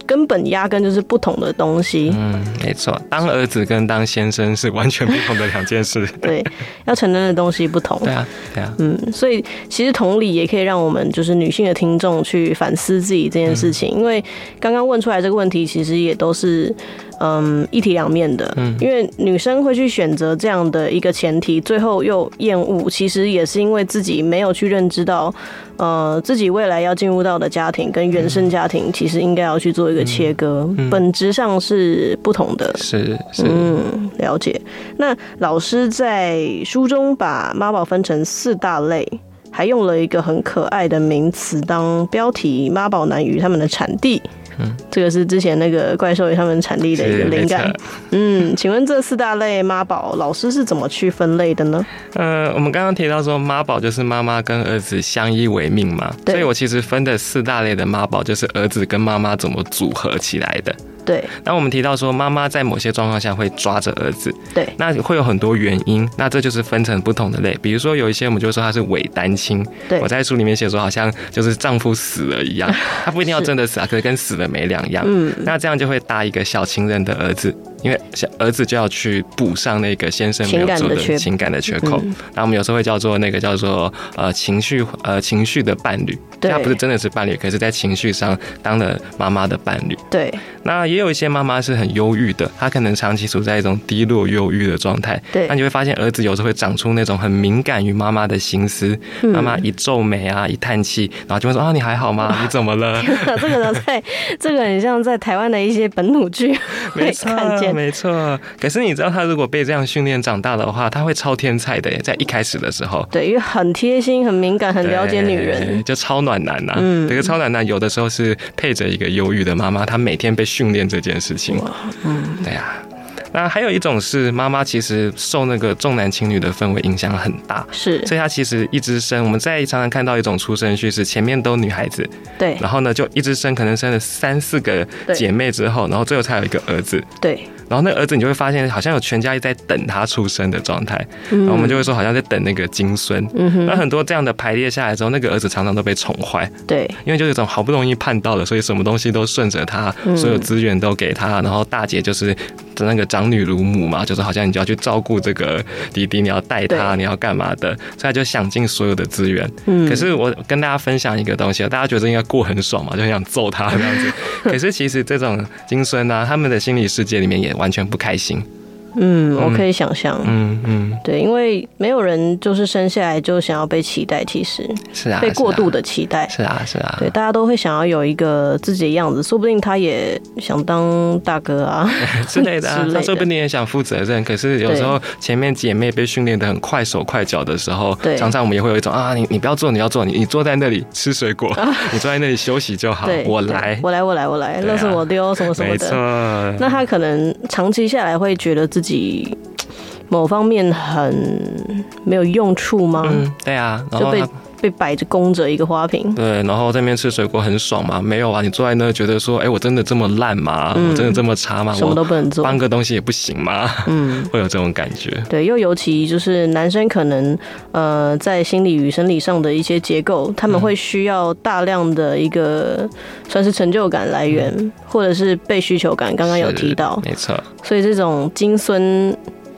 Speaker 2: 根本压根就是不同的东西。
Speaker 3: 嗯，没错，当儿子跟当先生是完全不同的两件 事。
Speaker 2: 对，要承担的东西不同。
Speaker 3: 对啊，对啊，
Speaker 2: 嗯，所以其实同理也可以让我们就是女性的听众去反思自己这件事情，因为刚刚问出来这个问题，其实也都是嗯一体两面的。
Speaker 3: 嗯
Speaker 2: 因为女生会去选择这样的一个前提，最后又厌恶，其实也是因为自己没有去认知到，呃，自己未来要进入到的家庭跟原生家庭，其实应该要去做一个切割，本质上是不同的。
Speaker 3: 是是，
Speaker 2: 嗯，了解。那老师在书中把妈宝分成四大类，还用了一个很可爱的名词当标题：妈宝男与他们的产地。嗯，这个是之前那个怪兽与他们产地的一个
Speaker 3: 是
Speaker 2: 灵
Speaker 3: 没错。
Speaker 2: 感。嗯，请问这四大类妈宝，老师是怎么去分类的呢？
Speaker 3: 呃，我们刚刚提到说妈宝就是妈妈跟儿子相依为命嘛，
Speaker 2: 对
Speaker 3: 所以我其实分的四大类的妈宝就是儿子跟妈妈怎么组合起来的。
Speaker 2: 对
Speaker 3: 那我们提到说妈妈在某些状况下会抓着儿子，
Speaker 2: 对，
Speaker 3: 那会有很多原因，那这就是分成不同的类。比如说有一些我们就说他是伪单亲，
Speaker 2: 对
Speaker 3: 我在书里面写说好像就是丈夫死了一样，他不一定 要真的死啊，可是跟死了没两样。
Speaker 2: 嗯，
Speaker 3: 那这样就会搭一个小情人的儿子，因为小儿子就要去补上那个先生没有
Speaker 2: 情感
Speaker 3: 做
Speaker 2: 的缺嗯
Speaker 3: 的情感的缺口。那我们有时候会叫做那个叫做呃情绪呃情绪的伴侣，
Speaker 2: 对
Speaker 3: 他不是真的是伴侣，可是在情绪上当了妈妈的伴侣。
Speaker 2: 对
Speaker 3: 那也有一些妈妈是很忧郁的，她可能长期处在一种低落、忧郁的状态。
Speaker 2: 对
Speaker 3: 那你会发现儿子有时候会长出那种很敏感于妈妈的心思，
Speaker 2: 嗯
Speaker 3: 妈妈一皱眉啊，一叹气，然后就会说啊，你还好吗？你怎 么 了？
Speaker 2: 这个呢，在这个很像在台湾的一些本土剧会
Speaker 3: 没错
Speaker 2: 看，见。
Speaker 3: 没错。可是你知道，他如果被这样训练长大的话，他会超天才的耶，在一开始的时候。
Speaker 2: 对，因为很贴心、很敏感、很了解女人嗯
Speaker 3: 对。就超暖男呐、这个超暖男有的时候是配着一个忧郁的妈妈，她每天被训练这件事情。嗯，对呀、那还有一种是妈妈其实受那个重男轻女的氛围影响很大，
Speaker 2: 是，
Speaker 3: 所以她其实一直生，我们在常常看到一种出生序是前面都女孩子，
Speaker 2: 对
Speaker 3: 然后呢就一直生，可能生了三四个
Speaker 2: 对
Speaker 3: 姐妹之后，然后最后才有一个儿子，
Speaker 2: 对，
Speaker 3: 然后那儿子你就会发现，好像有全家一直在等他出生的状态，然后我们就会说好像在等那个金孙。
Speaker 2: 嗯哼，
Speaker 3: 那很多这样的排列下来之后，那个儿子常常都被宠坏，
Speaker 2: 对
Speaker 3: 因为就是一种好不容易盼到了，所以什么东西都顺着他，
Speaker 2: 嗯
Speaker 3: 所有资源都给他，然后大姐就是那个长女如母嘛，就是好像你就要去照顾这个弟弟，你要带他，
Speaker 2: 对嗯
Speaker 3: 你要干嘛的，所以他就想尽所有的资源。可是我跟大家分享一个东西，啊大家觉得应该过很爽嘛，就很想揍他 这样子。可是其实这种金孙啊，他们的心理世界里面也完全不开心。
Speaker 2: 嗯，我可以想象，
Speaker 3: 嗯嗯，
Speaker 2: 对，因为没有人就是生下来就想要被期待，其实
Speaker 3: 是啊，
Speaker 2: 被过度
Speaker 3: 的，
Speaker 2: 的期待，
Speaker 3: 是啊是啊
Speaker 2: 对，，大家都会想要有一个自己的样子，说不定他也想当大哥啊，
Speaker 3: 之类的啊
Speaker 2: 之类，的
Speaker 3: 那说不定也想负责任，可是有时候前面姐妹被训练的很快手快脚的时候
Speaker 2: 对，
Speaker 3: 常常我们也会有一种啊，你你不要做，你要做，你你坐在那里吃水果， 你坐在那里休息就
Speaker 2: 啊
Speaker 3: 好
Speaker 2: 对，，
Speaker 3: 我
Speaker 2: 对
Speaker 3: 来，
Speaker 2: 我来，我来，我来，
Speaker 3: 对啊
Speaker 2: 乐是我丢，什么什么
Speaker 3: 没错
Speaker 2: 的。，那他可能长期下来会觉得自己某方面很没有用处吗？
Speaker 3: 嗯，对啊，然
Speaker 2: 就
Speaker 3: 后
Speaker 2: 被
Speaker 3: 他
Speaker 2: 被摆着供着一个花瓶。
Speaker 3: 对，然后在那边吃水果很爽嘛？没有啊，你坐在那觉得说，哎，我真的这么烂吗？
Speaker 2: 嗯
Speaker 3: 我真的这么差吗？
Speaker 2: 什么
Speaker 3: 我
Speaker 2: 都不能做，
Speaker 3: 搬个东西也不行吗？
Speaker 2: 嗯，
Speaker 3: 会有这种感觉。
Speaker 2: 对，又尤其就是男生可能呃在心理与生理上的一些结构，他
Speaker 3: 嗯
Speaker 2: 们会需要大量的一个算是成就感来源，或者是被需求感，刚刚有
Speaker 3: 嗯是
Speaker 2: 提到，
Speaker 3: 没错，
Speaker 2: 所以这种精孙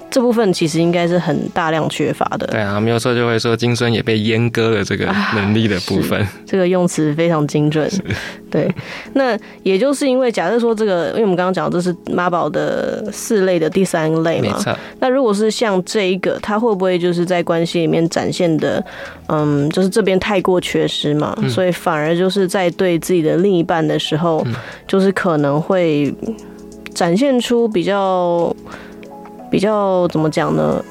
Speaker 2: 这部分其实应该是很大量缺乏的，
Speaker 3: 对啊，没有错就会说金孙也被阉割了这个
Speaker 2: 啊
Speaker 3: 能力的部分，
Speaker 2: 这个用词非常精准。 对，那也就是因为假设说这个，因为我们刚刚讲这是妈宝的四类的第三类
Speaker 3: 没
Speaker 2: 嘛，
Speaker 3: 错，
Speaker 2: 那如果是像这一个，他会不会就是在关系里面展现的，嗯，就是这边太过缺失嘛，所以反而就是在对自己的另一半的时候，就是可能会展现出比较比较怎么讲呢？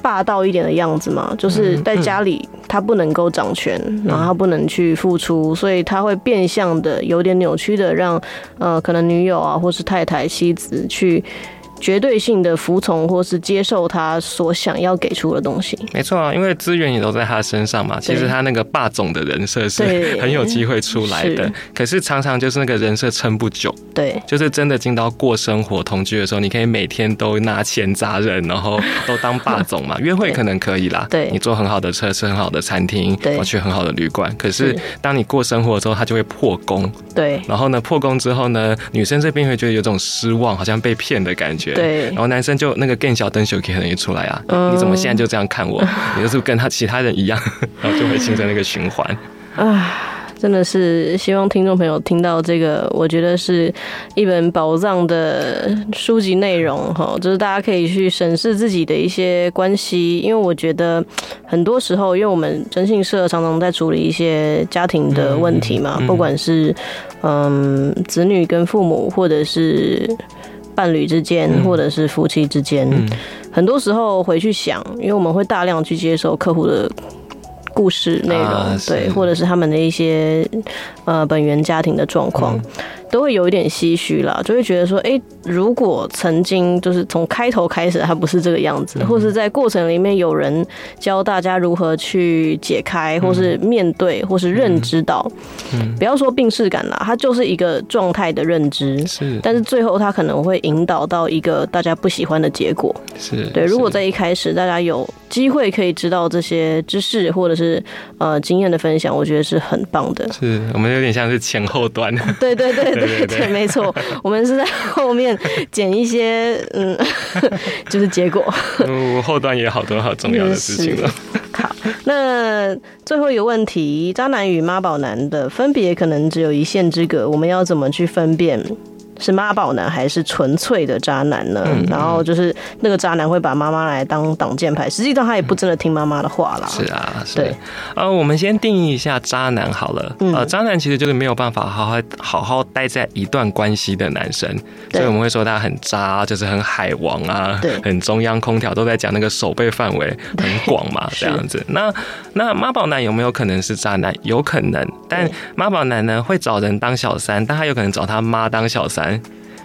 Speaker 2: 霸道一点的样子嘛，就是在家里他不能够掌权，然后他不能去付出，所以他会变相的有点扭曲的让呃可能女友啊或是太太妻子去绝对性的服从或是接受他所想要给出的东西。
Speaker 3: 没错啊，因为资源也都在他身上嘛。其实他那个霸总的人设是
Speaker 2: 对
Speaker 3: 很有机会出来的
Speaker 2: 是，
Speaker 3: 可是常常就是那个人设撑不久，
Speaker 2: 对，
Speaker 3: 就是真的进到过生活同居的时候，你可以每天都拿钱砸人，然后都当霸 总嘛。约会可能可以啦，
Speaker 2: 对
Speaker 3: 你坐很好的车，吃很好的餐厅，
Speaker 2: 对
Speaker 3: 然后去很好的旅馆。可是
Speaker 2: 是
Speaker 3: 当你过生活之后，他就会破功。
Speaker 2: 对，
Speaker 3: 然后呢，破功之后呢，女生这边会觉得有种失望，好像被骗的感觉。
Speaker 2: 对
Speaker 3: 然后男生就那个更小灯小 K 可能一出来啊，你怎么现在就这样看我？
Speaker 2: 嗯
Speaker 3: 你就是跟他其他人 一样，然后就会形成那个循环。
Speaker 2: 真的是希望听众朋友听到这个，我觉得是一本宝藏的书籍内容哈，就是大家可以去审视自己的一些关系，因为我觉得很多时候，因为我们征信社常常在处理一些家庭
Speaker 3: 嗯
Speaker 2: 的问题嘛，不管是嗯子女跟父母，或者是伴侣之间，
Speaker 3: 嗯
Speaker 2: 或者是夫妻之间，很多时候回去想，因为我们会大量去接受客户的故事内容，
Speaker 3: 啊
Speaker 2: 对，
Speaker 3: 是
Speaker 2: 或者是他们的一些呃本源家庭的状
Speaker 3: 嗯
Speaker 2: 况，都会有一点唏嘘啦，就会觉得说，诶，如果曾经就是从开头开始他不是这个样
Speaker 3: 嗯
Speaker 2: 子，或是在过程里面有人教大家如何去解开，
Speaker 3: 嗯
Speaker 2: 或是面对，或是认知到，不要说病视感啦，它就是一个状态的认知。
Speaker 3: 是
Speaker 2: 但是最后，它可能会引导到一个大家不喜欢的结果。
Speaker 3: 是，
Speaker 2: 对，如果
Speaker 3: 是
Speaker 2: 在一开始大家有机会可以知道这些知识或者是呃经验的分享，我觉得是很棒的。
Speaker 3: 是我们有点像是前 后端，
Speaker 2: 对对对对对
Speaker 3: 对对对
Speaker 2: 没错，我们是在后面捡一些嗯， 就是结果。
Speaker 3: 嗯后端也好多好重要的事情啊了。
Speaker 2: 好，那最后一个问题，渣男与妈宝男的分别可能只有一线之隔，我们要怎么去分辨？是妈宝男还是纯粹的渣男呢？
Speaker 3: 嗯
Speaker 2: 然后就是那个渣男会把妈妈来当挡箭牌，实际上他也不真的听妈妈的话啦。
Speaker 3: 是啊，是
Speaker 2: 对。
Speaker 3: 呃，我们先定义一下渣男好了。
Speaker 2: 嗯
Speaker 3: 呃，渣男其实就是没有办法好好好好待在一段关系的男生，
Speaker 2: 对
Speaker 3: 所以我们会说他很渣，就是很海王啊
Speaker 2: 对，
Speaker 3: 很中央空调，都在讲那个手背范围很广 嘛，
Speaker 2: 是
Speaker 3: 这样子。那那妈宝男有没有可能是渣男？有可能，但
Speaker 2: 对
Speaker 3: 妈宝男呢会找人当小三，但他有可能找他妈当小三。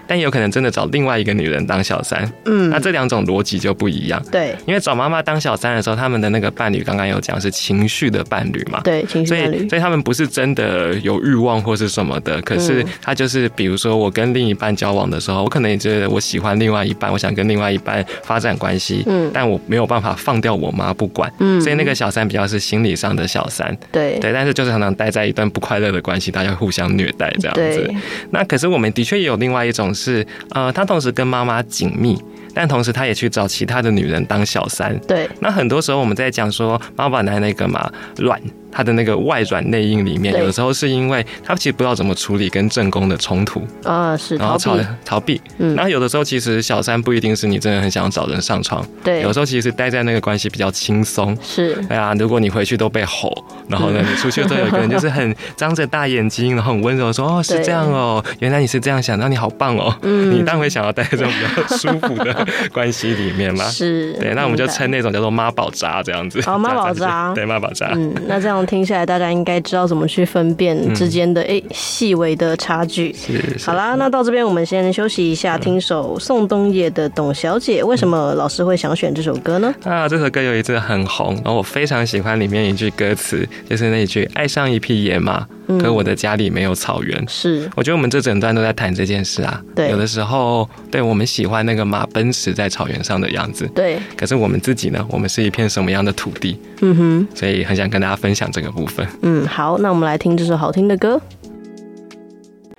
Speaker 3: 但也有可能真的找另外一个女人当小三，
Speaker 2: 嗯
Speaker 3: 那这两种逻辑就不一样。
Speaker 2: 对
Speaker 3: 因为找妈妈当小三的时候，他们的那个伴侣刚刚有讲是情绪的伴侣嘛，
Speaker 2: 对，情绪
Speaker 3: 所
Speaker 2: 伴
Speaker 3: 以
Speaker 2: 侣
Speaker 3: 所以他们不是真的有欲望或是什么的，可是
Speaker 2: 嗯
Speaker 3: 他就是比如说我跟另一半交往的时候，我可能也觉得我喜欢另外一半，我想跟另外一半发展关系，
Speaker 2: 嗯
Speaker 3: 但我没有办法放掉我妈不管，
Speaker 2: 嗯
Speaker 3: 所以那个小三比较是心理上的小三，
Speaker 2: 对
Speaker 3: 对，但是就是常常待在一段不快乐的关系，大家互相虐待这样子
Speaker 2: 对。
Speaker 3: 那可是我们的确也有另外一种是，呃，他同时跟妈妈紧密，但同时他也去找其他的女人当小三。
Speaker 2: 对
Speaker 3: 那很多时候我们在讲说妈宝男那个嘛软，它的那个外软内硬里面，
Speaker 2: 对
Speaker 3: 有的时候是因为他其实不知道怎么处理跟正宫的冲突，
Speaker 2: 啊，是
Speaker 3: 然
Speaker 2: 逃
Speaker 3: 后
Speaker 2: 避
Speaker 3: 逃，逃避。
Speaker 2: 嗯
Speaker 3: 然后有的时候其实小三不一定是你真的很想找人上床，
Speaker 2: 对
Speaker 3: 有，时候其实待在那个关系比较轻松。
Speaker 2: 是
Speaker 3: 哎呀，如果你回去都被吼，然后呢，你出去都有一个人就是很张着大眼睛，然后很温柔地说：“哦，是
Speaker 2: 对
Speaker 3: 这样哦，原来你是这样想，那你好棒哦。”
Speaker 2: 嗯
Speaker 3: 你当然会想要待在这种比较舒服的 关系里面嘛。
Speaker 2: 是，
Speaker 3: 对，那我们就
Speaker 2: 明白
Speaker 3: 称那种叫做妈宝渣这样子。
Speaker 2: 哦妈宝
Speaker 3: 这样子对，妈宝渣。
Speaker 2: 嗯，那这样听下来，大家应该知道怎么去分辨之间的诶细、微的差距。
Speaker 3: 嗯是
Speaker 2: 好啦，那到这边我们先休息一下，听首宋冬野的《董小姐》。为什么老师会想选这首歌呢？
Speaker 3: 那这首歌有一次很红，然后我非常喜欢里面一句歌词，就是那一句“爱上一匹野马，
Speaker 2: 嗯
Speaker 3: 可我的家里没有草原”
Speaker 2: 是
Speaker 3: 我觉得我们这整段都在谈这件事啊。
Speaker 2: 对
Speaker 3: 有的时候，对我们喜欢那个马奔驰在草原上的样子，
Speaker 2: 对，
Speaker 3: 可是我们自己呢？我们是一片什么样的土地？
Speaker 2: 嗯哼，
Speaker 3: 所以很想跟大家分享这个部分。
Speaker 2: 嗯，好，那我们来听这首好听的歌。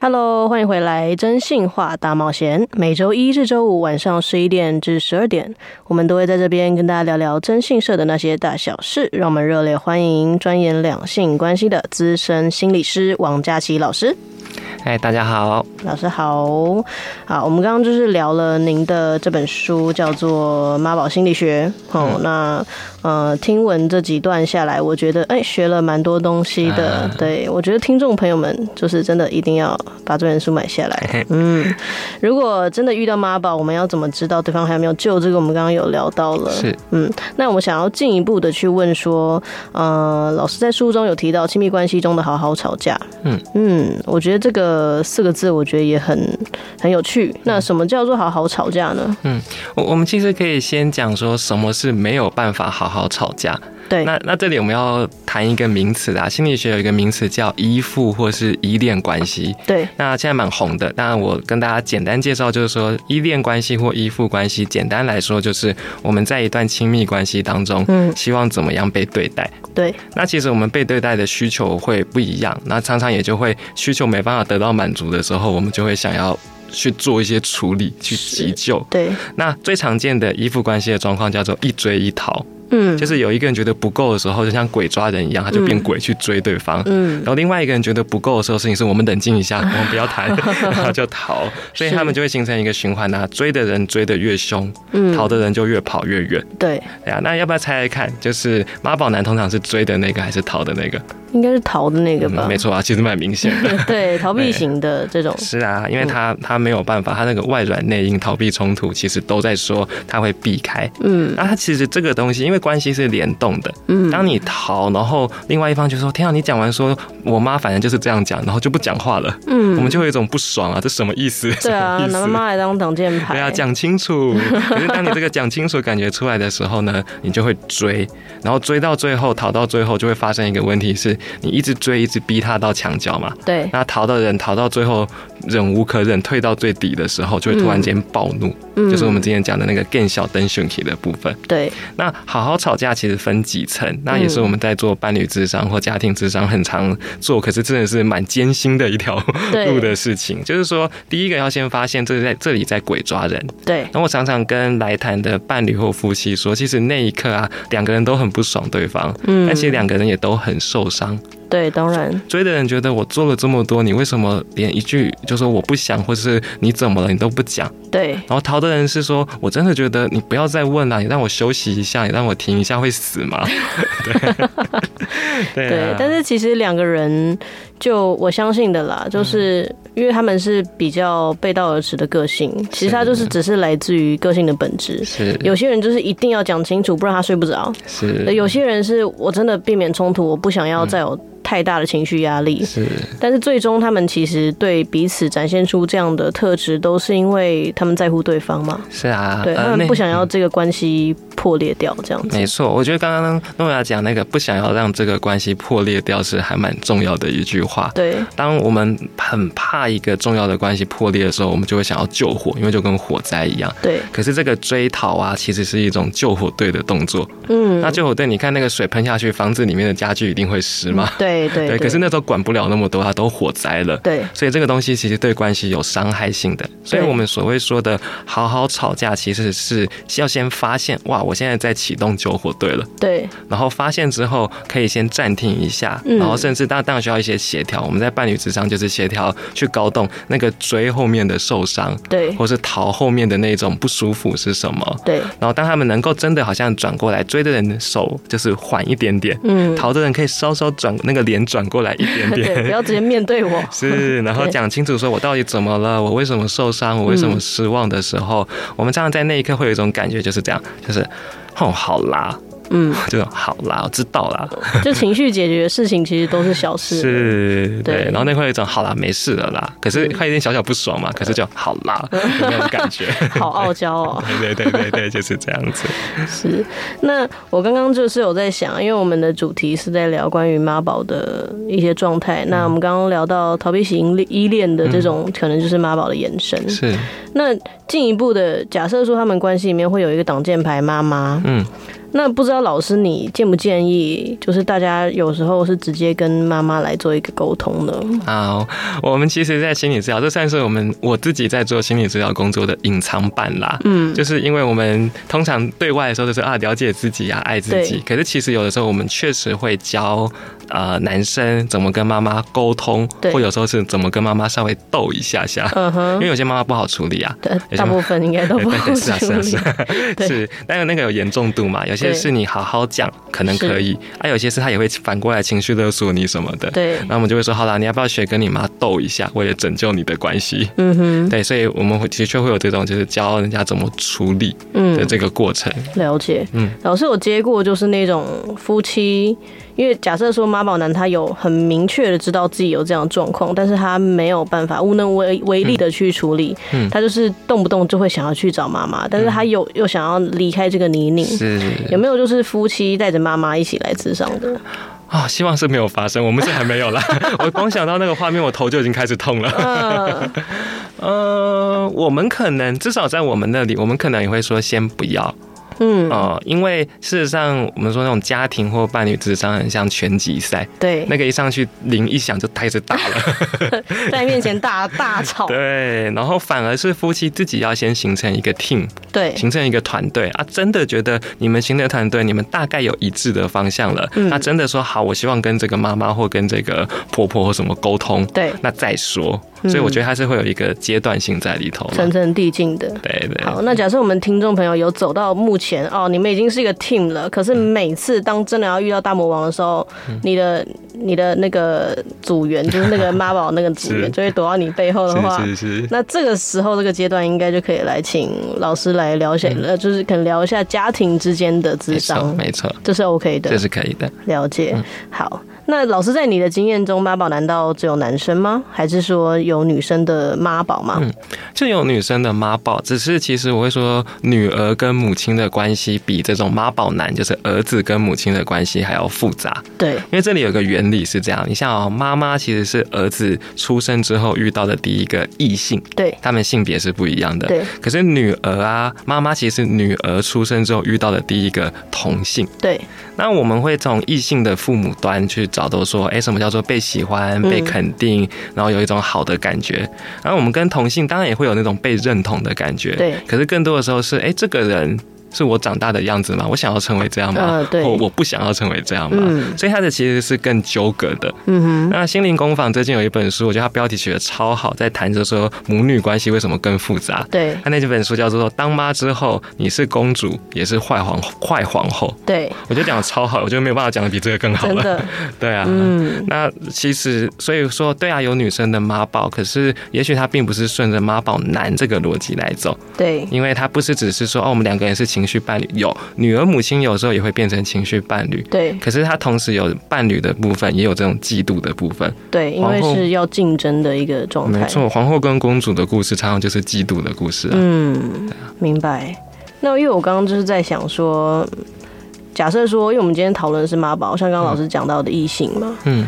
Speaker 2: Hello，欢迎回来，真性化大冒险。每周一至周五晚上十一点至十二点，我们都会在这边跟大家聊聊征信社的那些大小事。让我们热烈欢迎专研两性关系的资深心理师王佳琪老师。
Speaker 3: 哎，大家好，
Speaker 2: 老师好，好，我们刚刚就是聊了您的这本书，叫做《妈宝心理学》。哦，
Speaker 3: 嗯
Speaker 2: 那呃，听闻这几段下来，我觉得哎，学了蛮多东西的。
Speaker 3: 啊
Speaker 2: 对，我觉得听众朋友们就是真的一定要把这本书买下来。嗯，如果真的遇到妈宝，我们要怎么知道对方还有没有救？这个我们刚刚有聊到了。
Speaker 3: 是
Speaker 2: 那我们想要进一步的去问说，呃，老师在书中有提到亲密关系中的好好吵架，
Speaker 3: 嗯
Speaker 2: 我觉得这个四个字，我觉得也很很有趣。那什么叫做好好吵架呢？
Speaker 3: 嗯我我们其实可以先讲说什么是没有办法好好吵架。
Speaker 2: 对，
Speaker 3: 那那这里我们要谈一个名词啦，心理学有一个名词叫依附或是依恋关系。
Speaker 2: 对，
Speaker 3: 那现在蛮红的，那我跟大家简单介绍，就是说依恋关系或依附关系，简单来说就是我们在一段亲密关系当中，
Speaker 2: 嗯，
Speaker 3: 希望怎么样被对待。
Speaker 2: 对，
Speaker 3: 那其实我们被对待的需求会不一样，那常常也就会需求没办法得到满足的时候，我们就会想要去做一些处理，去急救。
Speaker 2: 对，
Speaker 3: 那最常见的依附关系的状况叫做一追一逃，
Speaker 2: 嗯，
Speaker 3: 就是有一个人觉得不够的时候，就像鬼抓人一样，他就变鬼去追对方。
Speaker 2: 嗯
Speaker 3: 然，后另外一个人觉得不够的时候，事情是我们冷静 一下，我们不要谈，然后就逃，所以他们就会形成一个循环啊，追的人追得越凶，
Speaker 2: 嗯，
Speaker 3: 逃的人就越跑越远。
Speaker 2: 对，
Speaker 3: 对啊，那要不要猜猜看，就是妈宝男通常是追的那个还是逃的那个？
Speaker 2: 应该是逃的那个吧？
Speaker 3: 嗯没错啊，其实蛮明显的。
Speaker 2: 对，逃避型的这 种，
Speaker 3: 是啊，
Speaker 2: 嗯
Speaker 3: 因为他他没有办法，他那个外软内硬、逃避冲突，其实都在说他会避开。
Speaker 2: 嗯
Speaker 3: 那他其实这个东西，因为关系是联动的，
Speaker 2: 嗯，
Speaker 3: 当你逃，然后另外一方就说：“天啊，你讲完说我妈反正就是这样讲，然后就不讲话了。”
Speaker 2: 嗯
Speaker 3: 我们就会有一种不爽啊，这什么意思？
Speaker 2: 对啊
Speaker 3: 什，
Speaker 2: 拿妈
Speaker 3: 么 意思？
Speaker 2: 妈来当挡箭牌，
Speaker 3: 对啊，讲清楚。可是当你这个讲清楚感觉出来的时候呢，你就会追，然后追到最后，逃到最后，就会发生一个问题是，你一直追，一直逼他到墙角嘛。
Speaker 2: 对，
Speaker 3: 那逃的人逃到最后忍无可忍，退到最底的时候，就会突然间暴怒，
Speaker 2: 嗯
Speaker 3: 就是我们之前讲的那个更小灯讯体的部分。
Speaker 2: 对，
Speaker 3: 那好好吵架其实分几层，那也是我们在做伴侣智
Speaker 2: 嗯
Speaker 3: 商或家庭智商很常做，可是真的是蛮艰辛的一条
Speaker 2: 对
Speaker 3: 路的事情。就是说，第一个要先发现这在这里在鬼抓人。
Speaker 2: 对，
Speaker 3: 那我常常跟来谈的伴侣或夫妻说，其实那一刻啊，两个人都很不爽对方，
Speaker 2: 嗯
Speaker 3: 但其实两个人也都很受伤。
Speaker 2: 对，当然，
Speaker 3: 追的人觉得我做了这么多，你为什么连一句就说我不想，或者是你怎么了，你都不讲？
Speaker 2: 对，
Speaker 3: 然后逃的人是说，我真的觉得你不要再问了，你让我休息一下，你让我停一下，会死 吗？对对
Speaker 2: 对
Speaker 3: 啊，
Speaker 2: 但是其实两个人，就我相信的
Speaker 3: 嗯
Speaker 2: 啦，就是、因为他们是比较背道而驰的个性，其实他就是只是来自于个性的本质。
Speaker 3: 是
Speaker 2: 有些人就是一定要讲清楚，不然他睡不着；
Speaker 3: 是
Speaker 2: 有些人是我真的避免冲突，我不想要再有太大的情绪压力。
Speaker 3: 是
Speaker 2: 但是最终他们其实对彼此展现出这样的特质，都是因为他们在乎对方嘛，
Speaker 3: 是啊，
Speaker 2: 对
Speaker 3: 呃
Speaker 2: 他们
Speaker 3: 那嗯
Speaker 2: 不想要这个关系破裂掉这样子。
Speaker 3: 没错，我觉得刚刚诺亚讲那个不想要让这个关系破裂掉是还蛮重要的一句话。
Speaker 2: 对，
Speaker 3: 当我们很怕一个重要的关系破裂的时候，我们就会想要救火，因为就跟火灾一样。
Speaker 2: 对，
Speaker 3: 可是这个追逃啊，其实是一种救火队的动作。
Speaker 2: 嗯
Speaker 3: 那，救火队，你看那个水喷下去，房子里面的家具一定会湿嘛？
Speaker 2: 对对
Speaker 3: 对，可是那时候管不了那么多，它都火灾了。
Speaker 2: 对
Speaker 3: 所以这个东西其实对关系有伤害性的，所以我们所谓说的好好吵架，其实是要先发现哇，我我现在在启动救火队了。
Speaker 2: 对，
Speaker 3: 然后发现之后，可以先暂停一下，
Speaker 2: 嗯
Speaker 3: 然后甚至当当然需要一些协调。我们在伴侣之上就是协调去搞懂那个椎后面的受伤，
Speaker 2: 对，
Speaker 3: 或是逃后面的那种不舒服是什么。
Speaker 2: 对，
Speaker 3: 然后当他们能够真的好像转过来，追的人的手就是缓一点点，
Speaker 2: 嗯，
Speaker 3: 逃的人可以稍稍转那个脸转过来一
Speaker 2: 对，
Speaker 3: 点
Speaker 2: 不
Speaker 3: 点。
Speaker 2: 要直接面对我。
Speaker 3: 是，然后
Speaker 2: 对
Speaker 3: 讲清楚说我到底怎么了，我为什么受伤，我为什么失望的时候，我们常常在那一刻会有一种感觉，就是这样，就是，哦，好啦，
Speaker 2: 嗯，
Speaker 3: 就好啦，我知道啦，
Speaker 2: 就情绪解决的事情其实都是小事。
Speaker 3: 是，
Speaker 2: 对
Speaker 3: 对，然后那会有一种好啦，没事了啦，可是会有点小小不爽嘛，可是就好啦，有那种感觉，
Speaker 2: 好傲娇 哦，
Speaker 3: 对对对对对，就是这样子，
Speaker 2: 是。那我刚刚就是有在想，因为我们的主题是在聊关于妈宝的一些状态。
Speaker 3: 嗯
Speaker 2: 那我们刚刚聊到逃避型依恋的这种，可能就是妈宝的延伸。
Speaker 3: 是，
Speaker 2: 那进一步的，假设说他们关系里面会有一个挡箭牌妈妈，
Speaker 3: 嗯，
Speaker 2: 那不知道老师你建不建议，就是大家有时候是直接跟妈妈来做一个沟通呢？
Speaker 3: 好，我们其实，在心理治疗，这算是我们我自己在做心理治疗工作的隐藏版啦。
Speaker 2: 嗯，
Speaker 3: 就是因为我们通常对外的时候都是啊了解自己啊爱自己，可是其实有的时候我们确实会教呃男生怎么跟妈妈沟通，
Speaker 2: 对
Speaker 3: 或有时候是怎么跟妈妈稍微斗一下下，
Speaker 2: 嗯
Speaker 3: 因
Speaker 2: 哼
Speaker 3: 为，有些妈妈不好处理啊。
Speaker 2: 大
Speaker 3: 有些
Speaker 2: 呃大部分应该都
Speaker 3: 对
Speaker 2: 不
Speaker 3: 对
Speaker 2: 好
Speaker 3: 对，是啊是
Speaker 2: 处
Speaker 3: 啊
Speaker 2: 理
Speaker 3: 是。啊，
Speaker 2: 对
Speaker 3: 是，但是那个有严重度嘛，有些
Speaker 2: 对
Speaker 3: 是你好好讲可能可以，啊有些是他也会反过来情绪勒索你什么的，
Speaker 2: 对，
Speaker 3: 那我们就会说，好啦，你要不要学跟你妈斗一下，为了拯救你的关系？
Speaker 2: 嗯哼，
Speaker 3: 对，所以我们会的确会有这种就是教人家怎么处理的
Speaker 2: 嗯，
Speaker 3: 这个过程。
Speaker 2: 了解。
Speaker 3: 嗯，
Speaker 2: 老师有接过就是那种夫妻，因为假设说妈宝男他有很明确的知道自己有这样的状况，但是他没有办法无能为为力的去处理，
Speaker 3: 嗯
Speaker 2: 他就是动不动就会想要去找妈妈，但是他又又想要离开这个泥泞。
Speaker 3: 是
Speaker 2: 有没有就是夫妻带着妈妈一起来自商的？
Speaker 3: 啊、希望是没有发生，我们是还没有 啦。我光想到那个画面，我头就已经开始痛了。
Speaker 2: 嗯，
Speaker 3: 呃，我们可能至少在我们那里，我们可能也会说先不要，
Speaker 2: 嗯，
Speaker 3: 呃，因为事实上我们说那种家庭或伴侣智商很像拳击赛，
Speaker 2: 对，
Speaker 3: 那个一上去铃一响就开始打了。
Speaker 2: 在面前大大吵，
Speaker 3: 对，然后反而是夫妻自己要先形成一个 team，
Speaker 2: 对，
Speaker 3: 形成一个团队啊，真的觉得你们形成团队，你们大概有一致的方向了，
Speaker 2: 嗯
Speaker 3: 那真的说好，我希望跟这个妈妈或跟这个婆婆或什么沟通，
Speaker 2: 对，
Speaker 3: 那再说。所以我觉得它是会有一个阶段性在里头
Speaker 2: 层
Speaker 3: 嘛。
Speaker 2: 层递进嗯的。
Speaker 3: 对对，
Speaker 2: 好，那假设我们听众朋友有走到目前哦，你们已经是一个 team 了，可是
Speaker 3: 嗯
Speaker 2: 每次当真的要遇到大魔王的时候，你的你的那个组员，就是那 个妈宝那个组员，
Speaker 3: 是
Speaker 2: 就会躲到你背后的话，
Speaker 3: 是是是。
Speaker 2: 那这个时候这个阶段应该就可以来请老师来聊一下，呃，就是可能聊一下家庭之间的智
Speaker 3: 嗯没错，
Speaker 2: 商，
Speaker 3: 没错，
Speaker 2: 这是 OK 的
Speaker 3: 这。是可嗯以的。
Speaker 2: 了解，好。那老师在你的经验中，妈宝难道只有男生吗？还是说有女生的妈宝吗？
Speaker 3: 嗯就有女生的妈宝，只是其实我会说，女儿跟母亲的关系比这种妈宝男，就是儿子跟母亲的关系还要复杂。
Speaker 2: 对，
Speaker 3: 因为这里有个原理是这样，你像哦妈妈其实是儿子出生之后遇到的第一个异性，
Speaker 2: 对，
Speaker 3: 他们性别是不一样的。
Speaker 2: 对，
Speaker 3: 可是女儿啊，妈妈其实是女儿出生之后遇到的第一个同性。
Speaker 2: 对，
Speaker 3: 那我们会从异性的父母端去找到说，哎，什么叫做被喜欢、
Speaker 2: 嗯
Speaker 3: 被肯定，然后有一种好的感觉。然后我们跟同性当然也会有那种被认同的感觉。
Speaker 2: 对
Speaker 3: 可是更多的时候是，哎，这个人。是我长大的样子吗？我想要成为这样吗？
Speaker 2: 嗯对
Speaker 3: 或我不想要成为这样吗？
Speaker 2: 嗯
Speaker 3: 所以它的其实是更纠葛的。
Speaker 2: 嗯哼，
Speaker 3: 那心灵工坊最近有一本书，我觉得它标题写的超好，在谈着说母女关系为什么更复杂。
Speaker 2: 对，
Speaker 3: 它那几本书叫做《当妈之后，你是公主，也是坏皇坏皇后》，
Speaker 2: 对，
Speaker 3: 我觉得讲的超好，我觉得没有办法讲的比这个更好
Speaker 2: 真
Speaker 3: 了。
Speaker 2: 的，
Speaker 3: 对啊，
Speaker 2: 嗯，
Speaker 3: 那其实所以说，对啊，有女生的妈宝，可是也许她并不是顺着妈宝男这个逻辑来走，
Speaker 2: 对，
Speaker 3: 因为她不是只是说哦，我们两个人是情绪伴侣，有女儿母亲有时候也会变成情绪伴侣，
Speaker 2: 对，
Speaker 3: 可是她同时有伴侣的部分，也有这种嫉妒的部分。
Speaker 2: 对，因为
Speaker 3: 皇后
Speaker 2: 是要竞争的一个状态，
Speaker 3: 没错，皇后跟公主的故事常常就是嫉妒的故事啊。
Speaker 2: 嗯，明白。那因为我刚刚就是在想说，假设说，因为我们今天讨论的是妈宝，像刚刚老师讲到的异性嘛，
Speaker 3: 嗯，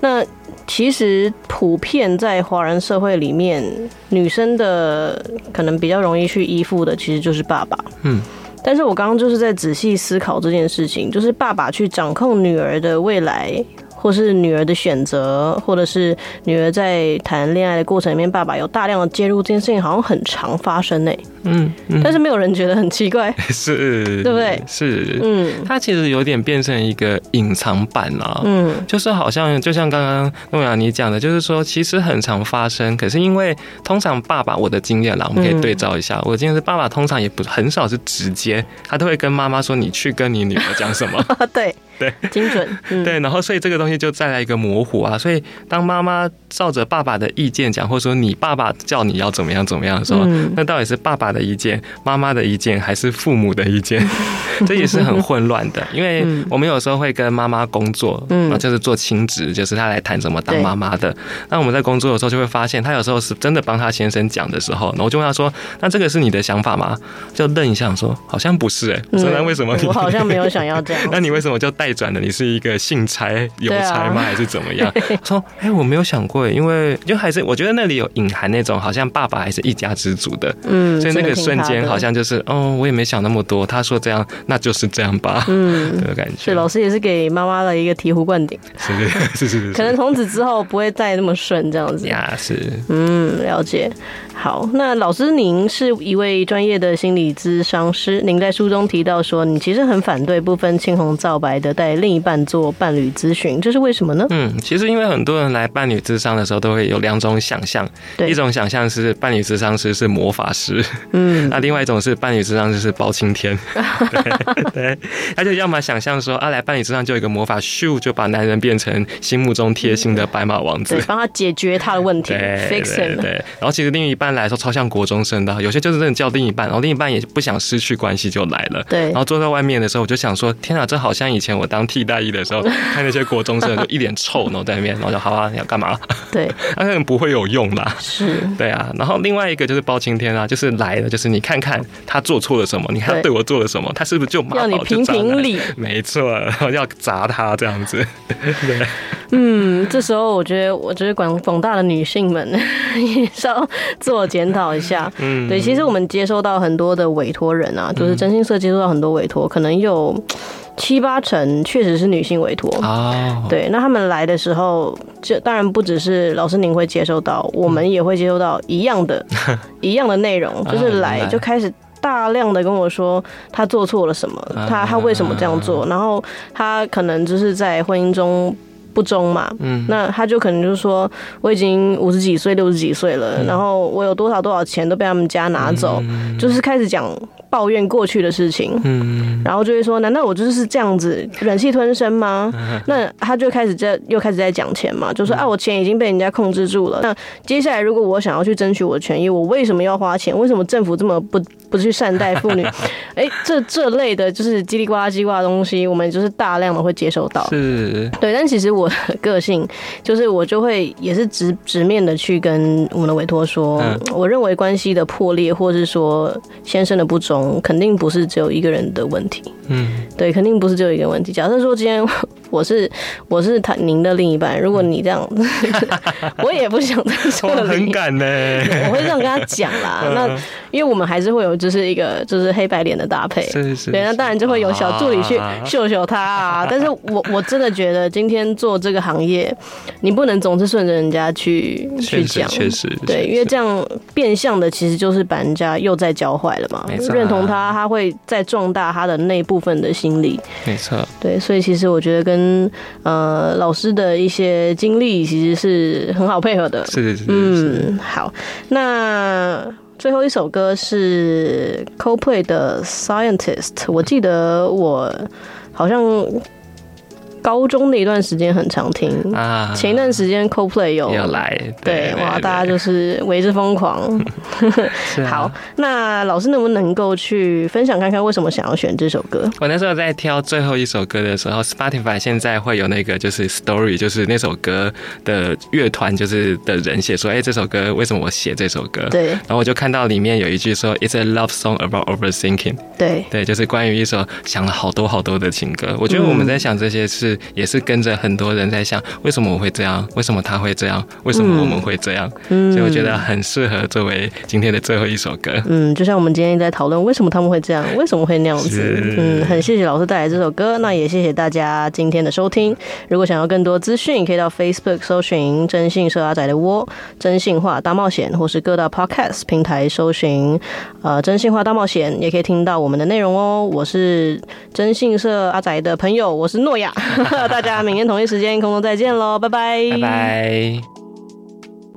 Speaker 2: 那其实普遍在华人社会里面，女生的可能比较容易去依附的，其实就是爸爸。
Speaker 3: 嗯。
Speaker 2: 但是我刚刚就是在仔细思考这件事情，就是爸爸去掌控女儿的未来，或是女儿的选择，或者是女儿在谈恋爱的过程里面，爸爸有大量的介入，这件事情好像很常发生诶、欸
Speaker 3: 嗯，嗯
Speaker 2: 但是没有人觉得很奇怪。
Speaker 3: 是，
Speaker 2: 对不对
Speaker 3: 是，
Speaker 2: 嗯
Speaker 3: 它其实有点变成一个隐藏版啊啦、
Speaker 2: 嗯
Speaker 3: 就是好像就像刚刚诺亚你讲的，就是说其实很常发生，可是因为通常爸爸我的经验啦，我们可以对照一下，我经验是爸爸通常也不很少是直接，他都会跟妈妈说你去跟你女儿讲什么，
Speaker 2: 啊，对
Speaker 3: 对，
Speaker 2: 精准。嗯，
Speaker 3: 对，然后所以这个东西就再来一个模糊啊，所以当妈妈照着爸爸的意见讲，或者说你爸爸叫你要怎么样怎么样的时候，
Speaker 2: 嗯
Speaker 3: 那到底是爸爸的意见、妈妈的意见，还是父母的意见？ 这也是很混乱的，因为
Speaker 2: 嗯
Speaker 3: 我们有时候会跟妈妈工作，
Speaker 2: 嗯
Speaker 3: 嗯，就是做亲职，就是她来谈怎么当
Speaker 2: 对
Speaker 3: 妈妈的。那我们在工作的时候就会发现，她有时候是真的帮她先生讲的时候，然后我就问她说：“那这个是你的想法吗？”就愣一下说：“好像不是、欸。”哎，说那为什么
Speaker 2: 嗯
Speaker 3: 你？
Speaker 2: 我好像没有想要这样。
Speaker 3: 那你为什么就带转了？你是一个信差、邮差吗？
Speaker 2: 对啊
Speaker 3: 还是怎么样？ 我说，哎、我没有想过耶，因为就还是我觉得那里有隐含那种好像爸爸还是一家之主的，
Speaker 2: 嗯，
Speaker 3: 所以那个瞬
Speaker 2: 真的挺
Speaker 3: 间
Speaker 2: 怕
Speaker 3: 好像就是，哦，我也没想那么多，他说这样，那就是这样吧，
Speaker 2: 的嗯，
Speaker 3: 这个感觉
Speaker 2: 是。老师也是给妈妈的一个醍醐灌顶，
Speaker 3: 是是 是是是，
Speaker 2: 可能从此之后不会再那么顺这样子。
Speaker 3: 呀是。
Speaker 2: 嗯，了解。好，那老师您是一位专业的心理咨商师，您在书中提到说，你其实很反对不分青红皂白的带另一半做伴侣咨询，这是为什么呢？
Speaker 3: 嗯，其实因为很多人来伴侣智商的时候，都会有两种想象，
Speaker 2: 对
Speaker 3: 一种想象是伴侣智商师是魔法师，
Speaker 2: 嗯，
Speaker 3: 那另外一种是伴侣智商就是包 青天， 对，对他就要么想象说啊，来伴侣智商就有一个魔法，咻就把男人变成心目中贴心的白马王子
Speaker 2: 嗯对，。帮他解决他的问题
Speaker 3: 对
Speaker 2: ，fix
Speaker 3: 对
Speaker 2: him。
Speaker 3: 对，然后其实另一半来说超像国中生的，有些就是真的叫另一半，然后另一半也不想失去关系就来了。
Speaker 2: 对
Speaker 3: 然后坐在外面的时候，我就想说，天啊，这好像以前我当替代役 的时候，看那些国中生就一脸臭，然后在那边，然后就好啊，你要干嘛？
Speaker 2: 对，
Speaker 3: 他可能不会有用 啦。
Speaker 2: 是，
Speaker 3: 对啊，然后另外一个就是包青天啊，就是来了，就是你看看他做错了什么，你看他
Speaker 2: 对
Speaker 3: 对我做了什么，他是不是就妈
Speaker 2: 要你
Speaker 3: 宝就
Speaker 2: 评
Speaker 3: 渣男
Speaker 2: 评理。
Speaker 3: 没错，然后要砸他这样 子，
Speaker 2: 嗯，这时候我觉得，我觉得广广大的女性们 也是要自我检讨一下。嗯，对，其实我们接收到很多的委托人啊，就是真心社接收到很多委托，可能有七八成确实是女性委托。
Speaker 3: 哦，
Speaker 2: 对，那他们来的时候，这当然不只是老师您会接收到，我们也会接收到一样 的、一样的内容，就是
Speaker 3: 啊明
Speaker 2: 来
Speaker 3: 白
Speaker 2: 就开始。大量的跟我说他做错了什么，
Speaker 3: 啊
Speaker 2: 他他为什么这样做，然后他可能就是在婚姻中不忠嘛，
Speaker 3: 嗯，
Speaker 2: 那他就可能就说我已经五十几岁、六十几岁了，
Speaker 3: 嗯
Speaker 2: 然后我有多少多少钱都被他们家拿走，就是开始讲抱怨过去的事情，
Speaker 3: 嗯，
Speaker 2: 然后就会说：“难道我就是这样子忍气吞声 吗？”那他就开始在又开始在讲钱嘛，就
Speaker 3: 嗯
Speaker 2: 说：“啊，我钱已经被人家控制住了。那接下来如果我想要去争取我的权益，我为什么要花钱？为什么政府这么不不去善待妇女？” 哎，这这类的就是叽里呱啦叽里呱啦的东西，我们就是大量的会接收到。
Speaker 3: 是，
Speaker 2: 对，但其实我的个性就是我就会也是直直面的去跟我们的委托说，
Speaker 3: 嗯
Speaker 2: 我认为关系的破裂，或是说先生的不忠，肯定不是只有一个人的问题。
Speaker 3: 嗯，
Speaker 2: 对，肯定不是只有一个问题。假设说今天 我是我是他您的另一半，如果你这样， 我也不 想在 这
Speaker 3: 嗯我很
Speaker 2: 里。
Speaker 3: 敢呢，嗯
Speaker 2: 我会这样跟他讲啦，那因为我们还是会有就是一个就是黑白脸的搭配，
Speaker 3: 是是，
Speaker 2: 对，那当然就会有小助理去
Speaker 3: 啊
Speaker 2: 秀秀他啊。但是我我真的觉得今天做这个行业，你不能总是顺着人家去去
Speaker 3: 确实
Speaker 2: 讲。
Speaker 3: 确实，
Speaker 2: 对，
Speaker 3: 确
Speaker 2: 因为
Speaker 3: 实
Speaker 2: 这样变相的其实就是把人家又在教坏了嘛
Speaker 3: 没错。啊
Speaker 2: 认同他，他会再壮大他的那部分的心理。
Speaker 3: 没错，
Speaker 2: 对，所以其实我觉得跟呃老师的一些经历其实是很好配合的。
Speaker 3: 是是是，是
Speaker 2: 嗯，好，那最后一首歌是 Coldplay 的《Scientist》，我记得我好像高中那一段时间很常听，
Speaker 3: 啊，
Speaker 2: 前一段时间 Coldplay 有
Speaker 3: 要来，
Speaker 2: 嗯
Speaker 3: 啊
Speaker 2: 对，哇，大家
Speaker 3: 就
Speaker 2: 就是为之疯 狂。好，，那老师能不能够去分享看看为什么想要选这首 歌？
Speaker 3: 我那时候在挑最后一首歌的时候，Spotify 现在会有那个就是 story，就是那首歌的乐团就是的人写说，哎、这首歌为什么我写这首歌？。
Speaker 2: 对
Speaker 3: 然后我就看到里面有一句说，It's a love song about overthinking，
Speaker 2: 对，
Speaker 3: 对，就是关于一首想了好多好多的情歌。我觉得我们在想这些是就是也是跟着很多人在想，为什么我会这样？为什么他会这样？为什么我们会这样？
Speaker 2: 嗯
Speaker 3: 所以我觉得很适合作为今天的最后一首歌。
Speaker 2: 嗯，就像我们今天在讨论为什么他们会这样，为什么会那样子
Speaker 3: 是。
Speaker 2: 嗯，很谢谢老师带来这首歌，那也谢谢大家今天的收听。如果想要更多资讯，可以到 Facebook 搜寻“真性社阿仔的窝”、“真性化大冒险”，或是各大 Podcast 平台搜寻“呃真性化大冒险”，也可以听到我们的内容哦。我是真性社阿 嗯仔的朋友，我是诺亚，大家明天同一时间空中再见喽，拜拜，
Speaker 3: 拜拜。